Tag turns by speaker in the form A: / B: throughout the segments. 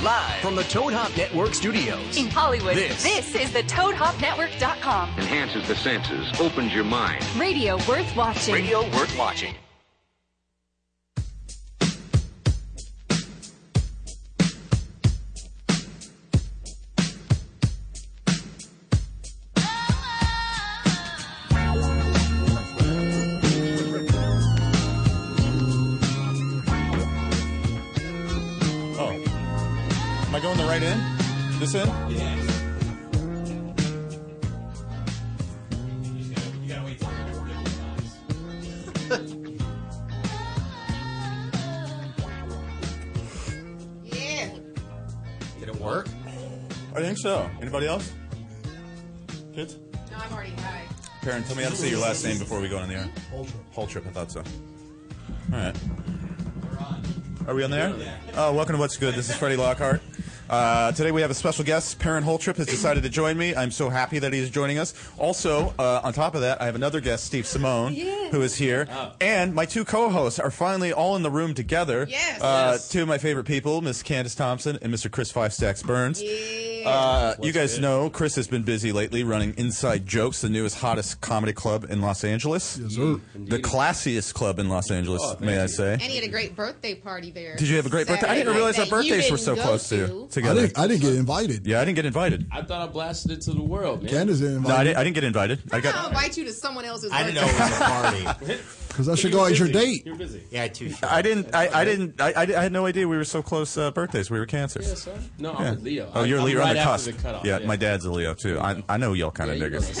A: Live from the Toad Hop Network studios.
B: In Hollywood,
A: This.
B: this is the ToadHopNetwork.com.
C: Enhances the senses, opens your mind.
B: Radio worth watching.
A: Radio worth watching.
D: Oh. Am I going the right end? This end?
E: Did it work?
D: I think so. Anybody else? Kids?
F: No, I'm already high.
D: Karen, tell me how to say your last name before we go on the air. Whole trip, I thought so. All right. Are we on there? Oh, welcome to What's Good. This is Freddie Lockhart. Uh, today we have a special guest. Perrin Holtrip has decided to join me. I'm so happy that he's joining us. Also, uh, on top of that, I have another guest, Steve Simone, who is here. And my two co-hosts are finally all in the room together.
F: Yes.
D: Uh,
E: Yes.
D: Two of my favorite people, Miss Candace Thompson and Mr. Chris Five Stacks Burns.
F: Yeah.
D: Uh, you guys
E: good?
D: know Chris has been busy lately running Inside Jokes, the newest, hottest comedy club in Los Angeles. The classiest club in Los Angeles,
E: Oh, thank
D: may I
E: you.
D: say.
F: and he had a great birthday party there.
D: Did you have a great birthday? I didn't
F: Saturday
D: realize our
F: night that you
D: birthdays were so
F: didn't go
D: close to
F: to.
G: I
D: together.
G: didn't, I didn't get invited.
D: yeah, I didn't get invited.
E: I thought I blasted it to the world, man.
G: Candace didn't
D: No, I
G: invite me
D: didn't, I didn't get invited. I
E: Oh,
F: I'll
D: got.
F: invite you to someone else's
E: I
F: birthday.
E: didn't know it was a party.
G: because I should go out at your date.
E: You're busy.
H: Yeah, too short.
D: I didn't. I, I didn't. I, I, I had no idea we were so close. Uh, birthdays. We were cancers.
E: Yeah, son. No,
D: Yeah.
E: I'm a Leo.
D: Oh,
E: I-
D: you're a
E: I'm
D: Leo
E: right
D: on the
E: after
D: cusp.
E: the cutoff.
D: yeah, my dad's a Leo too. I, I know y'all kind of
E: Yeah, you
D: niggas.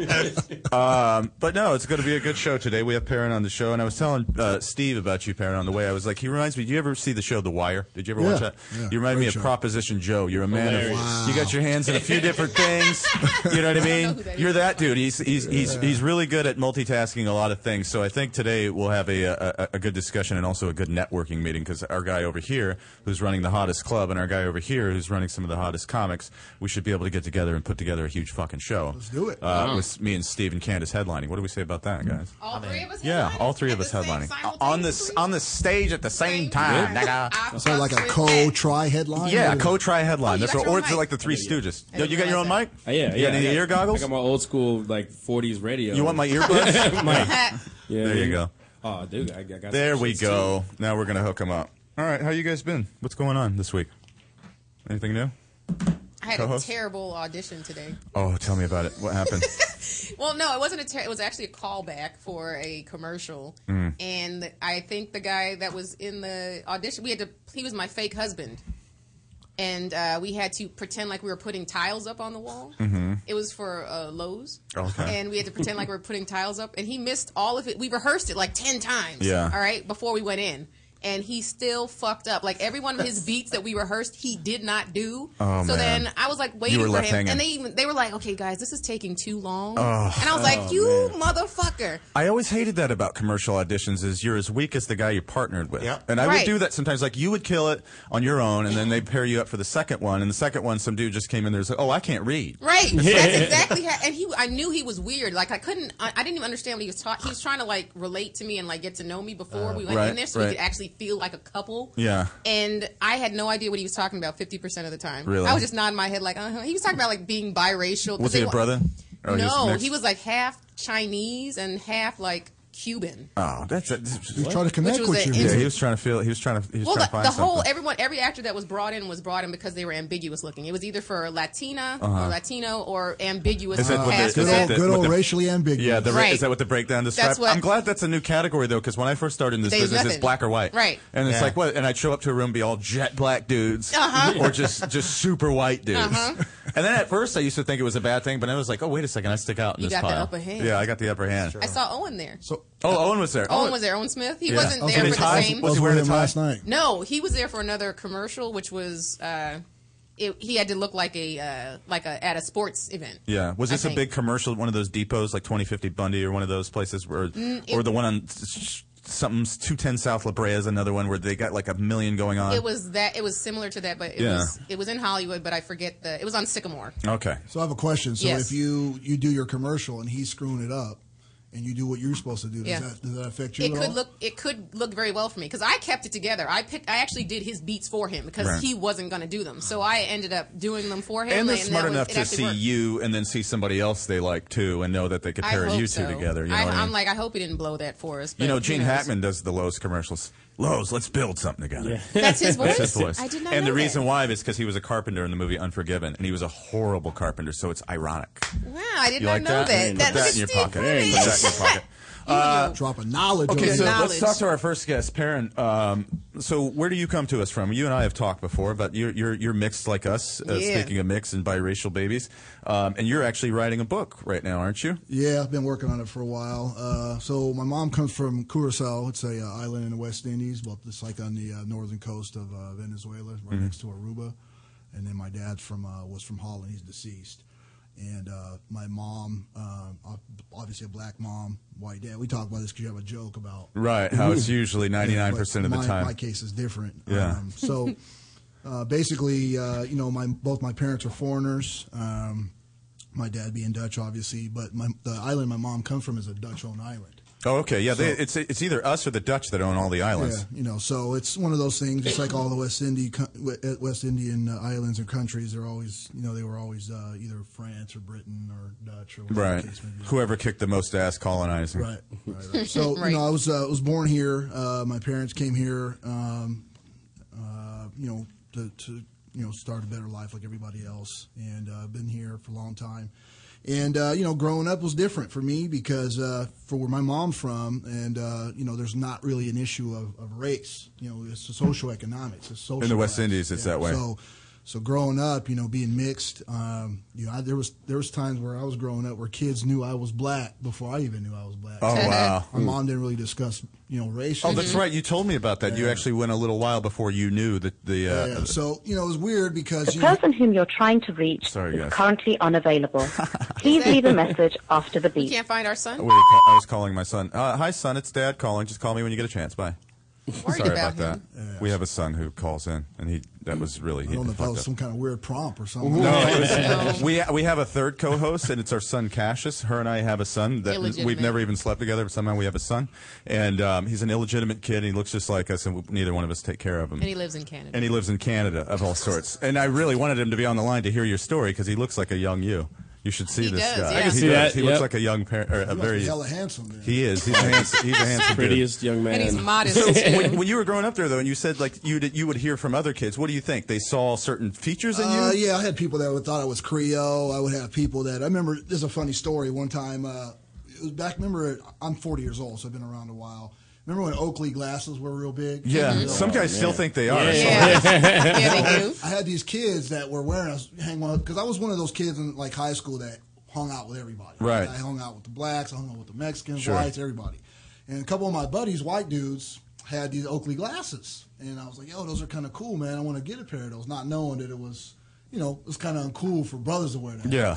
D: Yeah, yeah, yeah. um, but no, it's going to be a good show today. We have Perrin on the show, and I was telling uh, Steve about you, Perrin, on the way. I was like, he reminds me. Do you ever see the show The Wire? Did you ever
G: Yeah.
D: watch that?
G: Yeah.
D: You remind me of
G: Great show.
D: Proposition Joe. You're a man
E: Hilarious.
D: of.
G: Wow.
D: You got your hands in a few different things. You know what I mean?
F: know who that
D: you're
F: is.
D: that dude. He's he's he's he's really good at multitasking a lot of things. So I think today we'll have a a, a good discussion and also a good networking meeting because our guy over here who's running the hottest club and our guy over here who's running some of the hottest comics, we should be able to get together and put together a huge fucking show.
G: Let's do it.
D: Uh, With me and Steve and Candace headlining. What do we say about that, guys?
F: Oh. All three of us.
D: Yeah,
F: headlining
D: all three of
F: at
D: us
F: the same
D: headlining Uh, on this
F: simultaneously?
D: on the stage at the same time. nigga.
F: I
G: So like a
F: fucks with
G: co
F: that.
G: tri headline.
D: Yeah,
G: What is
D: co try headline.
F: Oh, you
D: That's
F: got
D: what,
F: your
D: or
F: own
D: it's
F: mic.
D: like the Three Stooges.
F: I
D: Yo,
F: didn't
D: you got your own mic?
F: realize
E: Uh, yeah,
D: You
E: yeah.
D: got any
E: I
D: ear
E: I
D: goggles?
E: got my old school like 40s radio.
D: You want my earbuds?
E: Yeah,
D: there you
E: yeah.
D: go.
E: Oh, dude, I, I got.
D: There
E: some
D: we
E: shits, too.
D: go. Now we're gonna hook him up. All right, how you guys been? What's going on this week? Anything new?
F: I had a
D: Co-host?
F: terrible audition today.
D: Oh, tell me about it. What happened?
F: Well, no, it wasn't a. Ter- it was actually a callback for a commercial,
D: Mm.
F: and I think the guy that was in the audition, we had to. He was my fake husband, and uh, we had to pretend like we were putting tiles up on the wall. It was for uh, Lowe's,
D: Mm-hmm. Okay.
F: and we had to pretend like we were putting tiles up. And he missed all of it. We rehearsed it like ten times.
D: Yeah.
F: All right, before we went in. And he still fucked up. Like every one of his beats that we rehearsed, he did not do.
D: Oh,
F: so
D: man.
F: then I was like waiting
D: were
F: for
D: left
F: him,
D: hanging. Oh,
F: and they even they were like, "Okay, guys, this is taking too long." and I was like, "You motherfucker!"
D: I always hated that about commercial auditions is you're as weak as the guy you partnered with.
H: Yep.
D: And I would
F: Right.
D: do that sometimes. Like you would kill it on your own, and then they pair you up for the second one. And the second one, some dude just came in there and was like, "Oh, I can't read."
F: Right? That's exactly how. And he, I knew he was weird. Like I couldn't, I, I didn't even understand what he was taught. He was trying to like relate to me and like get to know me before we went
D: Uh, right,
F: in there, so
D: right.
F: we could actually feel like a couple.
D: Yeah.
F: And I had no idea what he was talking about fifty percent of the time.
D: Really?
F: I was just nodding my head like, uh-huh. he was talking about like being biracial. 'cause
D: Was
F: they
D: he a
F: wa-
D: brother? Or
F: no,
D: mixed?
F: he was like half Chinese and half like Cuban.
D: Oh, that's a,
G: it? He's trying to connect
F: was
G: with
F: an
G: you.
D: yeah.
F: insult.
D: He was trying to feel. He was trying to. He was
F: Well,
D: trying
F: the,
D: to find
F: the whole
D: something.
F: everyone, every actor that was brought in was brought in because they were ambiguous looking. It was either for Latina or Latino or ambiguous.
D: Is that what
F: cast
D: Uh-huh. they- With the-
G: Good old,
F: that.
G: good
D: with
G: old
D: the-
G: racially ambiguous.
D: Yeah, the ra-
F: Right.
D: is that what the breakdown describes?
F: That's what-
D: I'm glad that's a new category though, because when I first started in this
F: There's
D: business, it's
F: nothing.
D: black or white,
F: Right.
D: And it's
H: Yeah.
D: like what? And I'd show up to a room, be all jet black dudes,
F: Uh-huh.
D: or just just super white dudes. And then at first, I used to think it was a bad thing, but then I was like, oh wait a second, I stick out in
F: You
D: this
F: got the
D: pile.
F: upper hand.
D: Yeah, I got the upper hand.
F: I saw Owen there.
G: So
D: Oh, Owen was there.
F: Owen was there. Owen Smith. He
D: Yeah.
F: wasn't
D: Oh, so
F: there
D: the
F: for the
D: ties-
F: same.
D: was
G: was
D: he
G: with
D: wearing a
G: him
D: tie?
G: last night.
F: No, he was there for another commercial, which was uh, it, he had to look like a uh, like a at a sports event.
D: Yeah, was
F: I
D: this a
F: think.
D: big commercial? at One of those depots, like 2050 Bundy, or one of those places where,
F: Mm,
D: or the one on s- s- something's 210 South La Brea is another one where they got like a million going on.
F: It was that. It was similar to that, but it
D: Yeah.
F: was it was in Hollywood, but I forget the. It was on Sycamore.
D: okay,
G: So I have a question. So
F: Yes.
G: if you you do your commercial and he's screwing it up, and you do what you're supposed to do, does,
F: Yeah.
G: that, does that affect you
F: It
G: at
F: could
G: all?
F: look it could look very well for me because I kept it together. I picked I actually did his beats for him because
D: Right.
F: he wasn't going to do them. So I ended up doing them for him.
D: and they're
F: that
D: smart
F: was-
D: enough
F: it
D: to
F: actually
D: see
F: worked.
D: you and then see somebody else they like too and know that they could
F: I
D: pair
F: hope
D: you two
F: so.
D: together. You know
F: I,
D: what I mean?
F: am like I hope he didn't blow that for us.
D: you know,
F: but who
D: Gene
F: knows?
D: Hackman does the Lowe's commercials. Lowe's, let's build something together.
F: That's his voice.
D: That's his voice.
F: I did not.
D: and
F: know
D: the reason
F: that.
D: why is because he was a carpenter in the movie Unforgiven, and he was a horrible carpenter, so it's ironic.
F: Wow, I did
D: You
F: not
D: like
F: know
D: that? Put
F: that.
D: that in your pocket. Put that in your pocket. Uh,
G: Drop a knowledge
D: Okay,
G: on
D: so
G: that.
D: let's talk to our first guest, Perrin. Um, so, where do you come to us from? You and I have talked before, but you're you're, you're mixed like us. Uh,
F: Yeah.
D: Speaking of mixed and biracial babies, um, and you're actually writing a book right now, aren't you?
G: Yeah, I've been working on it for a while. Uh, so my mom comes from Curacao. It's a uh, island in the West Indies. Well, it's like on the uh, northern coast of uh, Venezuela, right next to Aruba. And then my dad's from uh, was from Holland. He's deceased. And uh, my mom, uh, ob- obviously a black mom, white dad. We talk about this because you have a joke about
D: Right. How it's usually ninety
G: yeah,
D: nine
G: but
D: percent of the
G: my-
D: time.
G: My case is different.
D: Yeah.
G: Um, so uh, basically, uh, you know, my both my parents are foreigners. Um, my dad being Dutch, obviously, but my, the island my mom comes from is a Dutch-owned island.
D: oh, okay. Yeah. they,
G: So-
D: it's it's either us or the Dutch that own all the islands.
G: Yeah, you know, so it's one of those things. It's like all the West Indian West Indian uh, islands and countries. They're always, you know, they were always uh, either France or Britain or Dutch or whatever
D: Right.
G: the case may be.
D: Whoever kicked the most ass colonizing.
G: Right. right, right. So
F: Right.
G: you know, I was uh, was born here. Uh, my parents came here. Um, uh, you know, to, to you know start a better life like everybody else, and uh, been here for a long time. And uh, you know, growing up was different for me because uh, for where my mom's from, and uh, you know, there's not really an issue of, of race. You know, it's the social economics. It's social
D: In the West
G: class.
D: Indies, it's that way.
G: So, so growing up, you know, being mixed, um, you know, I, there was there was times where I was growing up where kids knew I was black before I even knew I was black.
D: Oh wow.
G: My mom didn't really discuss, you know, race.
D: Oh, that's right. You told me about that. You actually went a little while before you knew that the. Uh,
G: Yeah, so you know, it was weird because
H: The
G: you know,
H: person whom you're trying to reach
D: Sorry,
H: is
D: guys.
H: currently unavailable. Please leave a message after the
F: We
H: beep.
F: can't find our son.
D: what do you call- I was calling my son. Uh, hi, son. It's dad calling. Just call me when you get a chance. Bye.
F: Worried
D: Sorry
F: about,
D: about,
F: him.
D: that. We have a son who calls in, and he that was really.
G: I don't know if that was some kind of weird prompt or something.
D: uh, we we have a third co-host, and it's our son Cassius. Her and I have a son that
F: Illegitimate.
D: we've never even slept together, but somehow we have a son, and um, he's an illegitimate kid. And he looks just like us, and we, neither one of us take care of him.
F: And he lives in Canada.
D: And he lives in Canada of all sorts. And I really wanted him to be on the line to hear your story because he looks like a young you. You should see
F: He
D: this
F: does,
D: guy.
F: yeah. I can
D: he
E: see
D: does.
E: that,
D: He
E: yep.
D: looks like a young parent, or a
G: He must
D: very.
G: be hella handsome. Then.
D: He is. He's a handsome. He's a handsome dude.
E: Prettiest young man.
F: and he's modest. too.
D: When, when you were growing up there, though, and you said like you did, you would hear from other kids. What do you think? They saw certain features in you.
G: Uh, yeah, I had people that would thought I was Creole. I would have people that I remember. This is a funny story. One time, uh, it was back. Remember, I'm 40 years old, so I've been around a while. Remember when Oakley glasses were real big?
D: Yeah. Some guys
G: Oh,
D: still think they are.
F: yeah. yeah, they do.
G: I had these kids that were wearing us hang on because I was one of those kids in like high school that hung out with everybody.
D: Right.
G: I hung out with the blacks, I hung out with the Mexicans,
D: Sure.
G: whites, everybody. And a couple of my buddies, white dudes, had these Oakley glasses, and I was like, "Yo, those are kind of cool, man. I want to get a pair of those," not knowing that it was. You know, it was kind of uncool for brothers to wear that.
D: Yeah.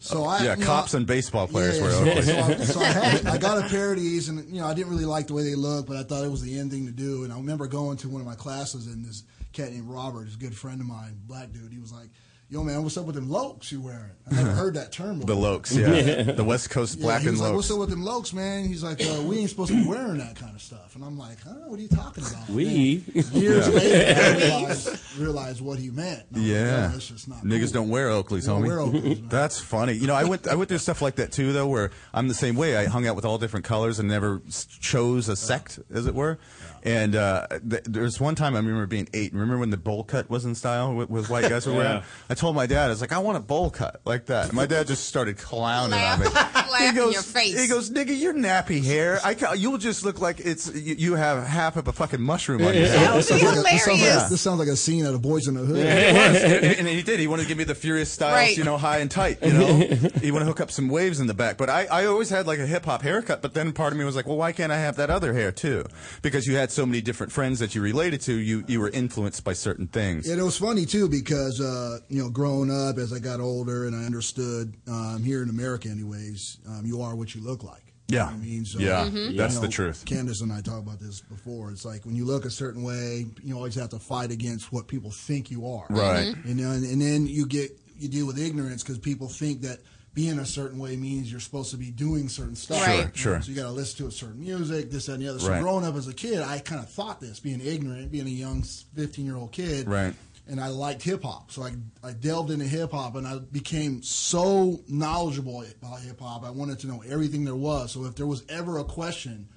G: So I,
D: yeah.
G: you know,
D: Cops and baseball players
G: yeah,
D: were.
G: so-
D: Oakley.
G: So, I, so I, had it. I got a pair of these, and you know, I didn't really like the way they looked, but I thought it was the end thing to do. And I remember going to one of my classes, and this cat named Robert, this good friend of mine, black dude, he was like, "Yo, man, what's up with them lokes you wearing?" I never heard that term.
D: The
G: Before.
D: Lokes. Yeah. the West Coast
G: Yeah,
D: black
G: he
D: and
G: was like,
D: Lokes.
G: "What's up with them lokes, man?" He's like, uh, "We ain't supposed to be wearing that kind of stuff." And I'm like, "Huh? What are you talking about?"
E: We.
G: Then years later, I realized, realized what he meant. And I was like,
D: Yeah,
G: "Oh, that's just not
D: niggas
G: cool."
D: don't wear Oakleys,
G: don't
D: homie.
G: wear Oakleys, man.
D: That's funny. You know, I went I went through stuff like that too, though, where I'm the same way. I hung out with all different colors and never s- chose a sect, as it were. And uh, th- there was one time I remember being eight. Remember when the bowl cut was in style with, with white guys were wearing?
E: Yeah.
D: I told my dad, I was like, I want a bowl cut like that. And my dad just started clowning on me.
F: Laugh- laugh in your face.
D: He goes, nigga, your nappy hair. I ca- you'll just look like it's you, you have half of a fucking mushroom on your head.
F: That would be
G: This sounds like- This sounds,
F: hilarious.
G: like, this sounds like a scene out of Boys in the Hood.
D: and, and he did. He wanted to give me the Furious Styles,
F: Right.
D: you know, high and tight. You know, he wanted to hook up some waves in the back. But I, I always had like a hip hop haircut. But then part of me was like, well, why can't I have that other hair too? Because you had so many different friends that you related to. You you were influenced by certain things.
G: And it was funny too because uh, you know, growing up as I got older and I understood um, here in America, anyways, um, you are what you look like. You
D: Yeah.
G: know what I mean, so,
D: Yeah. Mhm.
G: you
D: That's
G: know,
D: the truth.
G: Candace and I talked about this before. It's like when you look a certain way, you always have to fight against what people think you are.
D: Right. Mhm.
G: You know, and, and then you get you deal with ignorance because people think that being a certain way means you're supposed to be doing certain stuff.
F: Sure, Right.
D: sure.
G: So you got to listen to a certain music, this, that, and the other. So
D: Right.
G: growing up as a kid, I kind of thought this, being ignorant, being a young 15 year old kid.
D: Right.
G: And I liked hip hop. So I, I delved into hip hop and I became so knowledgeable about hip hop. I wanted to know everything there was. So if there was ever a question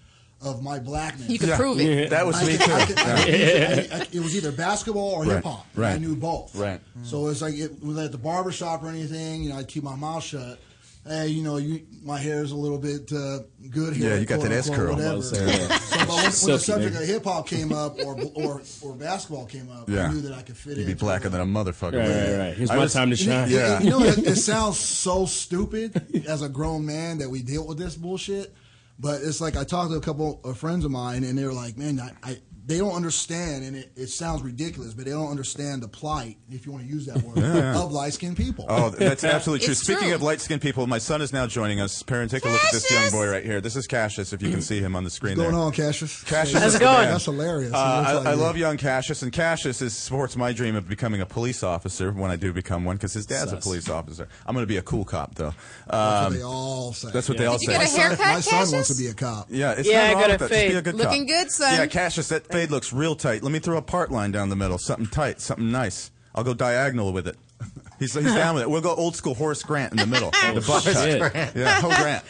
G: of my blackness,
F: You can prove it.
D: That was
G: I
D: me
G: could- I
D: too.
G: could- I could- I- I- It was either basketball or
D: Right,
G: hip hop. and I
D: right,
G: knew both.
D: right.
G: So it's like it was at the barber shop or anything. You know, I would keep my mouth shut. Hey, you know, you my hair's a little bit uh, good here.
D: Yeah, you got that S curl.
G: Whatever.
E: Almost,
G: So,
E: yeah.
G: but when, when the
E: Silky,
G: subject
E: man.
G: of hip hop came up, or or or basketball came up,
D: Yeah.
G: I knew that I could fit
D: You'd be
G: in.
D: blacker than a motherfucker.
E: Right, right, right. Here's my time to shine.
D: Yeah.
G: You know, it, it sounds so stupid as a grown man that we deal with this bullshit, but it's like I talked to a couple of friends of mine, and they're like, "Man, I, I they don't understand, and it, it sounds ridiculous, but they don't understand the plight, if you want to use that word, of light skinned people."
D: Oh, that's absolutely true.
F: It's
D: Speaking
F: true.
D: of light skinned people, my son is now joining us. Parent, take a look at this young
F: Cassius!
D: boy right here. This is Cassius, if you can see him on the screen
G: What's going
D: there.
G: on, Cassius?
D: Cassius
G: That's
D: is the man.
G: That's hilarious.
D: Uh,
G: It looks
D: I,
G: like
D: I
G: you.
D: love young Cassius, and Cassius is, supports my dream of becoming a police officer when I do become one, because his dad's a
E: Sus.
D: police officer. I'm going to be a cool cop, though.
G: That's
D: Um,
G: what they all say.
D: that's what they all
F: Did you
D: say.
F: get a
G: My son-
F: haircut,
G: My son wants to
F: Cassius?
G: be a cop.
D: Yeah, it's
I: Yeah,
D: not
I: I
D: wrong
I: got a
D: about that. Just be
I: fade.
D: a good
F: Looking
D: cop.
F: good, son.
D: Yeah, Cassius, that fade looks real tight. Let me throw a part line down the middle, something tight, something nice. I'll go diagonal with it. He's, he's down with it. We'll go old school Horace Grant in the middle. the buck
E: shit.
D: cut. Yeah, Horace Grant.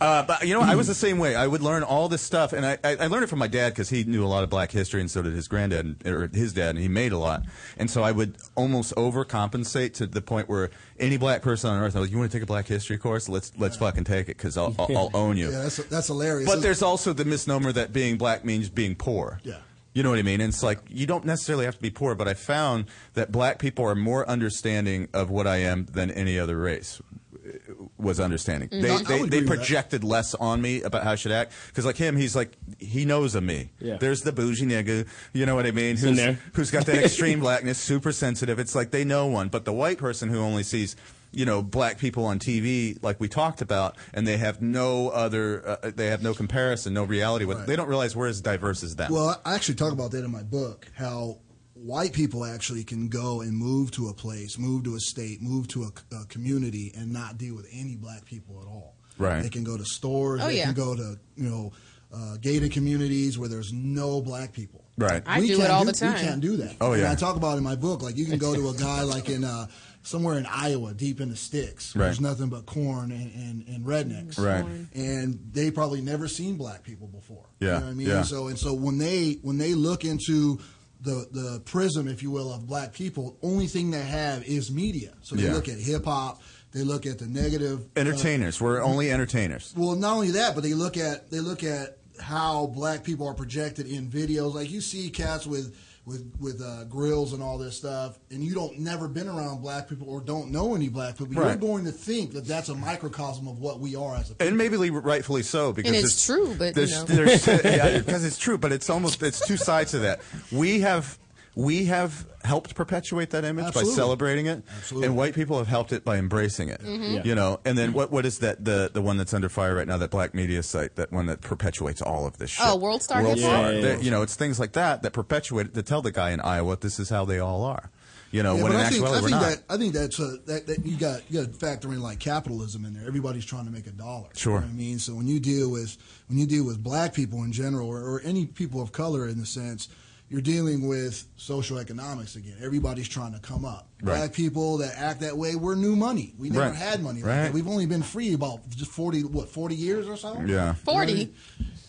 D: Uh, but you know, I was the same way. I would learn all this stuff, and I, I, I learned it from my dad because he knew a lot of Black history, and so did his granddad and, or his dad, and he made a lot. And so I would almost overcompensate to the point where any Black person on earth, I was like, "You want to take a Black history course? Let's let's fucking take it because I'll, I'll, I'll own you."
G: Yeah, that's that's hilarious.
D: But
G: It's-
D: there's also the misnomer that being black means being poor.
G: Yeah.
D: You know what I mean? And it's like you don't necessarily have to be poor, but I found that black people are more understanding of what I am than any other race uh, was understanding.
E: Mm-hmm.
G: I- I would
D: They, they,
G: agree
D: they
G: with that.
D: projected less on me about how I should act because like him, he's like he knows of me.
E: Yeah.
D: There's the bougie nigga, you know what I mean?
E: in
D: Who's
E: there.
D: who's got that extreme blackness, super sensitive. It's like they know one, but the white person who only sees you know black people on TV, like we talked about, and they have no other, uh, they have no comparison, no reality with.
G: Right.
D: They don't realize we're as diverse as them.
G: Well, I actually talk about that in my book how white people actually can go and move to a place, move to a state, move to a, a community, and not deal with any black people at all.
D: Right.
G: They can go to stores.
F: Oh,
G: they
F: yeah.
G: can go to you know uh, gated communities where there's no black people.
D: Right.
F: I do it
G: can't
F: all the
G: We
F: time.
G: can't do that.
D: Oh,
G: And
D: yeah.
G: I talk about it in my book. Like you can go to a guy like in uh, somewhere in Iowa, deep in the sticks. where
D: Right.
G: There's nothing but corn and, and, and rednecks.
D: Right.
G: And they probably never seen black people before.
D: Yeah,
G: You know what I mean?
D: yeah.
G: So and so when they when they look into the the prism, if you will, of black people, only thing they have is media. So they
D: Yeah.
G: look at hip hop. They look at the negative uh,
D: entertainers, we're only entertainers.
G: well, not only that, but they look at they look at how black people are projected in videos. Like you see cats with with with uh, grills and all this stuff, and you don't never been around black people or don't know any black people. You're
D: Right.
G: going to think that that's a microcosm of what we are as a people.
D: and maybe li- rightfully so because
F: it's true, but,
D: there's,
F: you know.
D: there's, yeah, because it's true, but it's almost it's two sides to that. We have we have helped perpetuate that image by
G: Absolutely.
D: celebrating it,
G: Absolutely.
D: and white people have helped it by embracing it.
F: Mm-hmm.
E: Yeah.
D: You know, and then what what is that the the one that's under fire right now? That black media site, that one that perpetuates all of this shit.
F: Oh, World Star
D: World
F: Hip
D: Star.
F: Hop?
E: Yeah, yeah,
D: That-
E: yeah.
D: You know, it's things like that that perpetuate it, that tell the guy in Iowa this is how they all are. You know, when in
G: I think,
D: actuality
G: I
D: we're
G: think
D: not.
G: that I think that's a, that, that you got you got to factor in like capitalism in there. Everybody's trying to make a dollar.
D: Sure.
G: You know what I mean, so when you deal with when you deal with black people in general, or, or any people of color in the sense, you're dealing with social economics again. Everybody's trying to come up.
D: Right.
G: Black people that act that way, we're new money. We never
D: Right.
G: had money. Like
D: Right.
G: that. We've only been free about just forty what forty years or so.
D: Yeah.
G: You
F: 40?
G: know what I mean?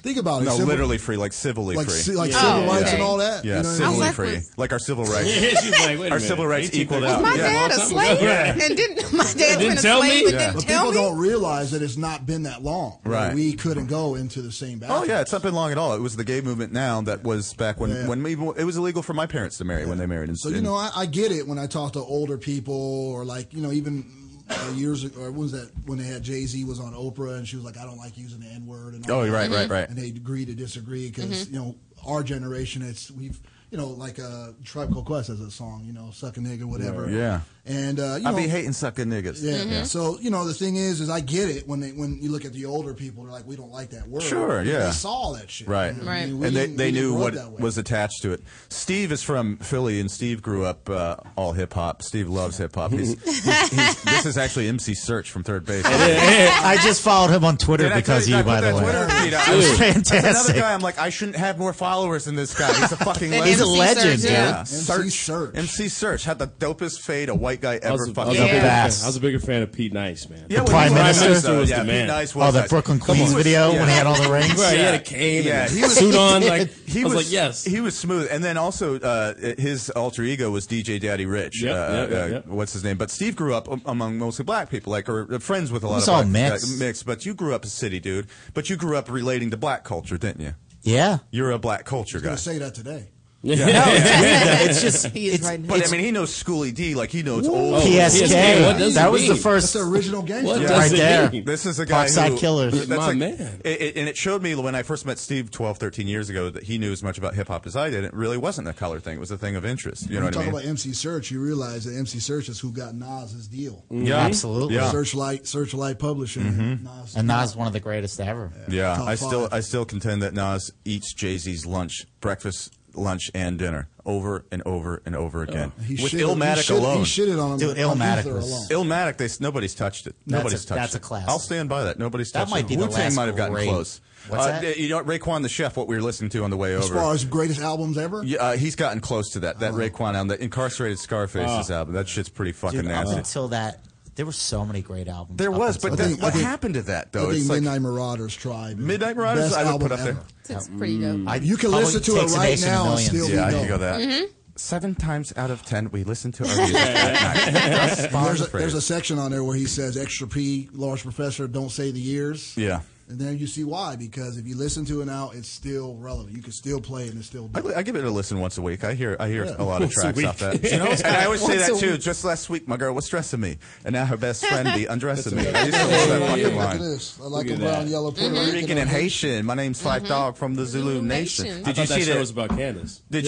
G: Think about it.
D: no,
G: Civil-
D: literally free, like civilly
G: Like,
D: free.
G: ci- like
E: Yeah.
G: civil
E: Oh,
G: rights
F: okay.
G: and all that.
D: yeah,
G: you know what I mean?
D: civilly
F: like,
D: free,
F: what-
D: like our civil rights.
E: She's like, wait a
D: Our
E: minute.
D: civil rights
E: 18
D: equaled out.
F: My
D: Yeah.
F: dad a slave? And didn't my dad
E: Didn't
F: been a
E: tell
F: slave
E: me?
F: and
D: Yeah.
F: didn't
G: But
F: tell
G: people
F: me?
G: don't realize that it's not been that long.
D: Right.
G: We couldn't go into the same
D: Oh
G: bathroom.
D: yeah, it's not been long at all. It was the gay movement now that was back when
G: Yeah.
D: when even, it was illegal for my parents to marry when they married. And,
G: So you know, I, I get it when I talk to older people, or like you know, even uh, years ago, or what was that when they had Jay Z was on Oprah and she was like, "I don't like using the N word." and all
D: Oh,
G: that.
D: right, right, right.
G: And they agree to disagree because you know our generation, it's we've you know, like uh, Tribe Called Quest has a song, you know, "Suck a Nigga," whatever.
D: Yeah.
G: And uh, you
D: I
G: know,
D: be hating sucking niggas.
G: Yeah.
I: Mm-hmm.
G: So you know the thing is, is I get it when they when you look at the older people, they're like, we don't like that word.
D: Sure, yeah.
G: They saw all that shit.
D: Right.
G: You know,
F: Right.
G: I mean, we
D: And they,
G: didn't-
D: they
G: we didn't
D: knew
G: grow up
D: what
G: that way.
D: was attached to it. Steve is from Philly, and Steve grew up uh, all hip hop. Steve loves hip hop. He's, he's, he's, this is actually MC Search from Third Base.
I: I just followed him on Twitter
D: Did I tell
I: because
D: you,
I: you,
D: I
I: by
D: put
I: the
D: that
I: way.
D: Twitter feed out.
I: It was
D: That's another
I: fantastic.
D: guy. I'm like, I shouldn't have more followers than this guy. He's a fucking
F: And
D: legend.
I: He's a
F: MC
I: legend,
F: Search,
I: dude.
F: yeah.
G: MC
D: Search.
G: Search.
D: MC Search had the dopest fade a white guy
E: I
D: ever
E: was, a, I,
D: fucking
E: was
F: Yeah.
E: a bigger fan.
F: Yes.
E: I was a bigger fan of Pete Nice, man.
D: Yeah,
I: Prime
D: when he
I: Minister?
E: was the
D: yeah,
E: man.
D: Pete Nice was
I: Oh, the
D: that.
I: Brooklyn Queens
D: He was-
I: video when he
D: yeah.
I: had all the rings.
E: Right, he
D: Yeah.
E: had a cane,
D: Yeah,
E: and
D: he
E: he
D: was-
E: was, suit on.
I: He
E: Like
D: He
E: I was, like, yes.
D: He was smooth, and then also uh, his alter ego was DJ Daddy Rich.
E: Yep,
D: uh,
E: yep, yep,
D: uh,
E: yep.
D: What's his name? But Steve grew up am- among mostly black people, like or uh, friends with a lot
I: was
D: of
I: all
D: black,
I: mixed.
D: Uh, mixed. But you grew up a city dude. But you grew up relating to black culture, didn't you?
I: Yeah.
D: You're a black culture
G: I
D: guy.
G: say that today.
I: No, it's, it's just
F: He is
I: it's,
F: right now.
D: But I mean, he knows Schoolie D like he knows
E: Oh,
D: old.
I: PSK.
E: PSK, what does
I: that
E: it
I: was the
E: mean?
G: That's
I: first.
G: the original gangster.
E: What
G: Yeah.
E: does
I: Right
E: it
I: there.
E: mean?
D: This is a guy
I: Parkside
D: who,
I: Killers.
D: that's
E: My
D: like-
E: man.
D: It, it- and it showed me when I first met Steve 12, 13 years ago that he knew as much about hip hop as I did. It really wasn't a color thing; it was a thing of interest. You know
G: When you
D: what I
G: talk
D: mean?
G: about MC Search, you realize that MC Search is who got Nas's deal.
D: yeah,
I: Absolutely.
D: Yeah.
G: Mm-hmm.
D: Mm-hmm.
G: Searchlight, Searchlight Publishing. Nas,
I: And Nas, one of the greatest ever.
D: Yeah,
G: Top
D: I still
G: five.
D: I still contend that Nas eats Jay Z's lunch, breakfast, lunch, and dinner over and over and over again.
G: Uh, He
D: With
G: shitted-
D: Illmatic
G: he shitted-
D: alone,
G: he shitted on him.
I: Dude,
G: on
I: Illmatic
G: Ether
I: was-
G: alone.
D: Illmatic, they s- nobody's touched it.
I: That's
D: nobody's
I: a-
D: touched
I: that's
D: it.
I: a classic.
D: I'll stand by that. Nobody's
I: That
D: touched
I: might
D: it.
I: be the
D: Wu Tang
I: last
D: might have gotten
I: great-
D: close.
I: What's
D: uh,
I: that?
D: You know, Raekwon the Chef, what we were listening to on the way
G: As
D: over.
G: far as Uh-huh. greatest albums ever,
D: Yeah, uh, he's gotten close to that. That Raekwon album, that Incarcerated Scarface's
G: Uh.
D: album. That shit's pretty fucking
I: Dude, up
D: nasty.
I: until that, there were so many great albums.
D: there
I: up
D: was,
I: until
D: but
I: that
D: then
G: think- I
D: what
G: think-
D: happened to that
G: I
D: though?
G: think
D: It's like
G: Midnight Marauders tried.
D: Midnight Marauders,
G: Best
D: I would put
G: album
D: up there.
G: ever.
F: It's pretty
E: Mm.
F: dope.
I: point.
G: you can
I: Probably
G: listen to it
I: takes a
G: right
I: nation of
G: now and
I: millions.
G: still be
D: Yeah, I
G: There
D: can
G: you
D: go
G: go.
D: that. Seven times out of ten, we listen to our music. at night. Thus far
G: There's a,
D: praise.
G: there's a section on there where he says extra P, large professor, don't say the years.
D: yeah.
G: And then you see why, because if you listen to it now, it's still relevant. You can still play it and it's still.
D: I, I give it a listen once a week. I hear I hear a lot of
E: Once a
D: tracks
E: week.
D: off that. You know, and I always say
F: Once
D: that
F: a
D: too.
F: week.
D: Just last week, my girl was stressing me, and now her best friend be undressing me. I used to love that fucking
G: Look at
D: line.
G: this. I like
E: Look
G: a
E: at
G: brown,
E: that. Mm-hmm.
G: yellow, Puerto
D: Freaking
G: Rican.
D: in Haitian. My name's Five Dog from the Zulu
F: Zulu
D: Nation.
F: Nation.
D: Did
E: I
D: you
E: thought
D: see
E: that show
D: that?
E: was about Candace.
D: Did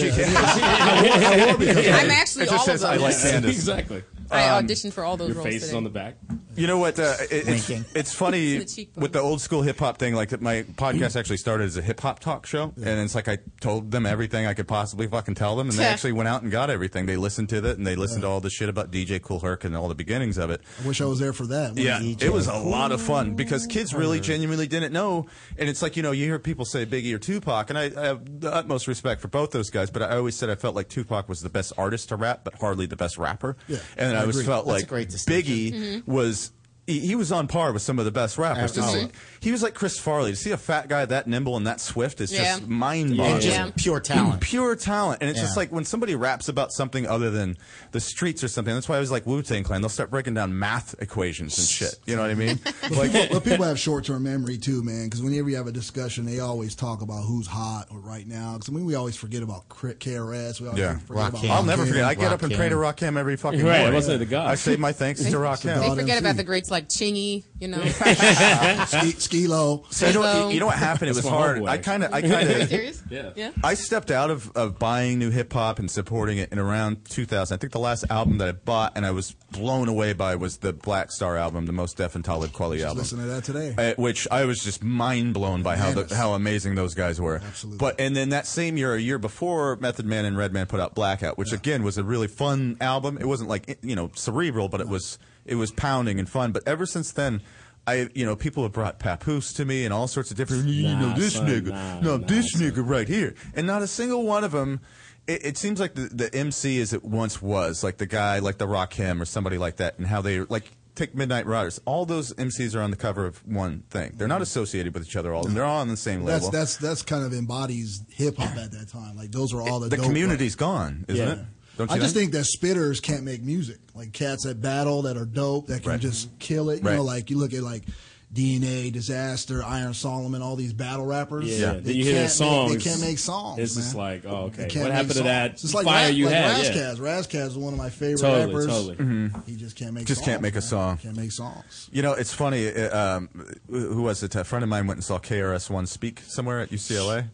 F: I'm
D: you?
F: actually
D: It just
F: all of
D: says
F: those.
D: I like Candace.
E: exactly.
F: I auditioned for all those
E: Um, Your
F: roles
E: face is
F: today.
E: on the back.
D: You know what? Uh, it, it's,
I: Winking.
D: it's funny
F: It's the cheekbone.
D: with the old school hip hop thing. Like that, my podcast actually started as a hip hop talk show, and it's like I told them everything I could possibly fucking tell them, and they
F: Yeah.
D: actually went out and got everything. They listened to it, and they listened to all the shit about DJ Cool Herc and all the beginnings of it.
G: I wish I was there for that.
D: Yeah,
G: When he-
D: it was a lot of fun because kids really genuinely didn't know. And it's like, you know, you hear people say Biggie or Tupac, and I, I have the utmost respect for both those guys, but I always said I felt like Tupac was the best artist to rap, but hardly the best rapper.
G: Yeah,
D: and I,
G: I
D: always
G: agree.
D: felt
I: That's
D: like
I: a great
D: Biggie
F: Mm-hmm.
D: was. He he was on par with some of the best rappers. To see, he was like Chris Farley. To see a fat guy that nimble and that swift is
F: Yeah.
D: just mind blowing
I: And just
F: Yeah.
I: pure talent.
D: pure talent. And it's just
I: Yeah.
D: like when somebody raps about something other than the streets or something. That's why I was like Wu Tang Clan. They'll start breaking down math equations and shit. You know what I mean? like,
G: But people have short term memory too, man. Because whenever you have a discussion, they always talk about who's hot or right now. Because I mean, we always forget about Cri- KRS. We always
D: yeah,
G: forget about
D: I'll never
G: Rakim.
D: forget. I get up and pray to Rakim every fucking morning.
E: I wasn't the guy.
D: I say my thanks to
F: They
D: Rakim.
G: All MC.
F: forget about the greats like Chingy, you know.
G: Ski, Skilo.
D: So you know, what- you know what happened? It was
E: my
D: hard.
E: homeboy.
D: I kind of, I kind of,
F: Serious?
E: Yeah.
F: Yeah.
D: I stepped out of, of buying new hip hop and supporting it in around 2000. I think the last album that I bought and I was blown away by was the Black Star album, the most Def and Talib Kweli album.
G: Listen to that today.
D: uh, which I was just mind blown by how the, how amazing those guys were.
G: Absolutely.
D: But and then that same year, a year before, Method Man and Redman put out Blackout, which again was a really fun album. It wasn't like you know cerebral, but it was it was pounding and fun. But ever since then. I you know people have brought Papoose to me and all sorts of different you
E: Nah,
D: know this
E: son,
D: nigga
E: nah,
D: no
E: nah,
D: this
E: son.
D: nigga right here and not a single one of them it, it seems like the, the MC is it once was like the guy like the Rock Him or somebody like that and how they like take Midnight Riders all those MCs are on the cover of one thing they're not associated with each other all they're all on the same
G: That's
D: level
G: that's that's kind of embodies hip hop at that time. Like those are all the
D: the
G: dope-
D: community's gone isn't
E: Yeah.
D: it don't you
G: I just think that spitters can't make music. Like cats that battle that are dope that can
D: Right.
G: just kill it. You
D: Right.
G: know, like you look at like DNA, Disaster, Iron Solomon, all these battle rappers.
E: Yeah,
G: They
E: then you hear
G: can't
E: the
G: make-
E: songs.
G: They can't make songs.
E: It's just
G: man.
E: like, oh,
G: They
E: okay.
G: can't
E: What
G: make
E: happened to
G: songs.
E: that
G: It's just like,
E: fire
G: Ra-
E: you
G: like
E: had? Yeah.
G: Razkaz. Razkaz is one of my favorite
E: Totally,
G: rappers.
E: totally.
G: He just can't make
D: Just
G: songs,
D: can't make a
G: man.
D: song.
G: Can't make songs.
D: You know, it's funny. uh, Um, who was it? A friend of mine went and saw KRS One speak somewhere at UCLA,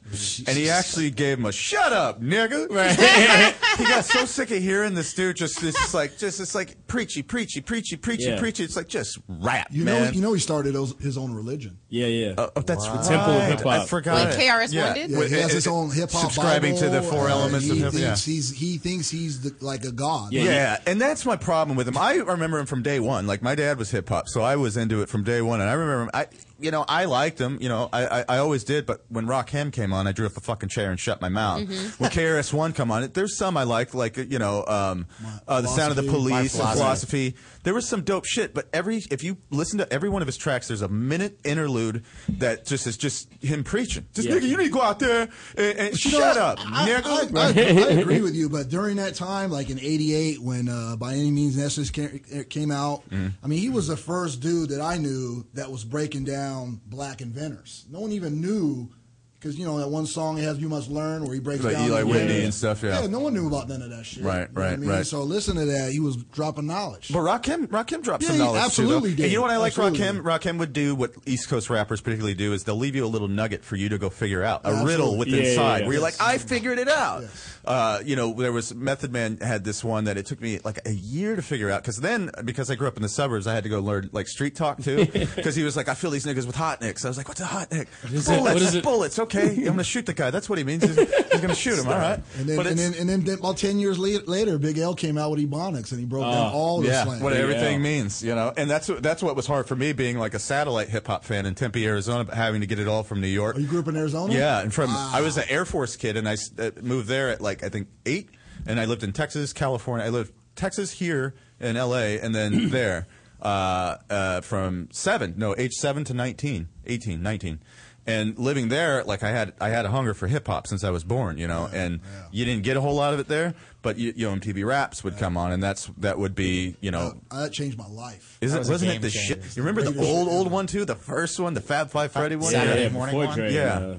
D: and he actually gave him a "Shut up, nigga." he got so sick of hearing this dude just this like just it's like preachy, preachy, preachy, preachy,
E: Yeah.
D: preachy. It's like just rap,
G: You
D: man.
G: know, you know, he started those- his own religion.
E: Yeah, yeah.
D: Oh, oh, that's right.
E: Temple of Hip
D: I
E: Hop.
D: forgot.
F: Like
D: it.
F: KRS-One did? Yeah,
G: Yeah, he has his own uh, hip hop.
D: Subscribing to the four elements
G: he
D: of hip. Yeah.
G: Thinks he's, he thinks he's the, like a god.
E: Yeah.
D: Yeah, and that's my problem with him. I remember him from day one. Like my dad was hip hop, so I was into it from day one. And I remember, him, I you know, I liked him. You know, I, I, I always did. But when Rock Him came on, I drew up a fucking chair and shut my mouth.
E: Mm-hmm.
D: When KRS One come on, there's some I liked, like you know, um, uh, the sound of the
G: Philosophy.
D: police,
G: My
D: and
G: Philosophy.
D: philosophy. There was some dope shit. But every if you listen to every one of his tracks, there's a minute interlude that just is just him preaching. Just
E: Yeah.
D: nigga, you need to go out there and, and
G: You know,
D: shut up,
G: I, I,
D: nigga.
G: I, I agree with you, but during that time, like in '88, when uh, by any means necessary ca- came out,
D: Mm-hmm.
G: I mean, he was the first dude that I knew that was breaking down black inventors. No one even knew because you know that one song he has "You Must Learn" where he breaks
D: Like
G: down
D: Eli
G: the-
D: Whitney and stuff, yeah.
G: yeah, no one knew about none of that shit.
D: Right,
G: You know what I
D: right,
G: mean?
D: right.
G: So listen to that, he was dropping knowledge.
D: But Rakim, Rakim dropped
G: Yeah,
D: some
G: he
D: knowledge
G: absolutely
D: too. though.
G: did.
D: And you know what I like
G: Absolutely.
D: Rakim? Rakim would do what East Coast rappers particularly do is they'll leave you a little nugget for you to go figure out, a
G: Absolutely.
D: riddle with
E: Yeah, yeah,
D: inside
E: yeah.
D: where you're
G: Yes.
D: like, I figured it out.
G: Yes.
D: Uh, you know, there was Method Man had this one that it took me like a year to figure out because then because I grew up in the suburbs, I had to go learn like street talk too because he was like, I fill these niggas with hot nicks. I was like, what's a hot nick?
E: is it?
D: bullets,
E: What is it?
D: bullets. Okay, I'm gonna shoot the guy. That's what he means. He's, he's gonna shoot him. All right.
G: And then,
D: But
G: and
D: it's-
G: then, and then, about ten years la- later, Big L came out with Ebonics, and he broke down all the
D: Oh, yeah,
G: slang.
D: what everything
E: Yeah.
D: means, you know. And that's what- that's what was hard for me being like a satellite hip hop fan in Tempe, Arizona, but having to get it all from New York.
G: Oh, you grew up in Arizona?
D: yeah, and from
G: Wow.
D: I was an Air Force kid, and I s- uh, moved there at like I think eight, and I lived in Texas, California. I lived Texas here in L.A. and then there uh, uh, from seven, no, age seven to 19, 18, 19. And living there, like I had, I had a hunger for hip hop since I was born, you know. and you didn't get a whole lot of it there, but you, you know, MTV Raps would come on, and that's that would be, you know,
G: Uh, that changed my life.
D: is
I: Oh, That
D: it,
I: was a
D: wasn't it
I: game
D: the
I: changer.
D: shit? You remember the old old one too, the first one, the Fab Five Freddy one.
E: yeah,
I: Saturday
E: yeah,
I: morning
E: before
I: one?
E: Dre,
D: Yeah.
E: uh,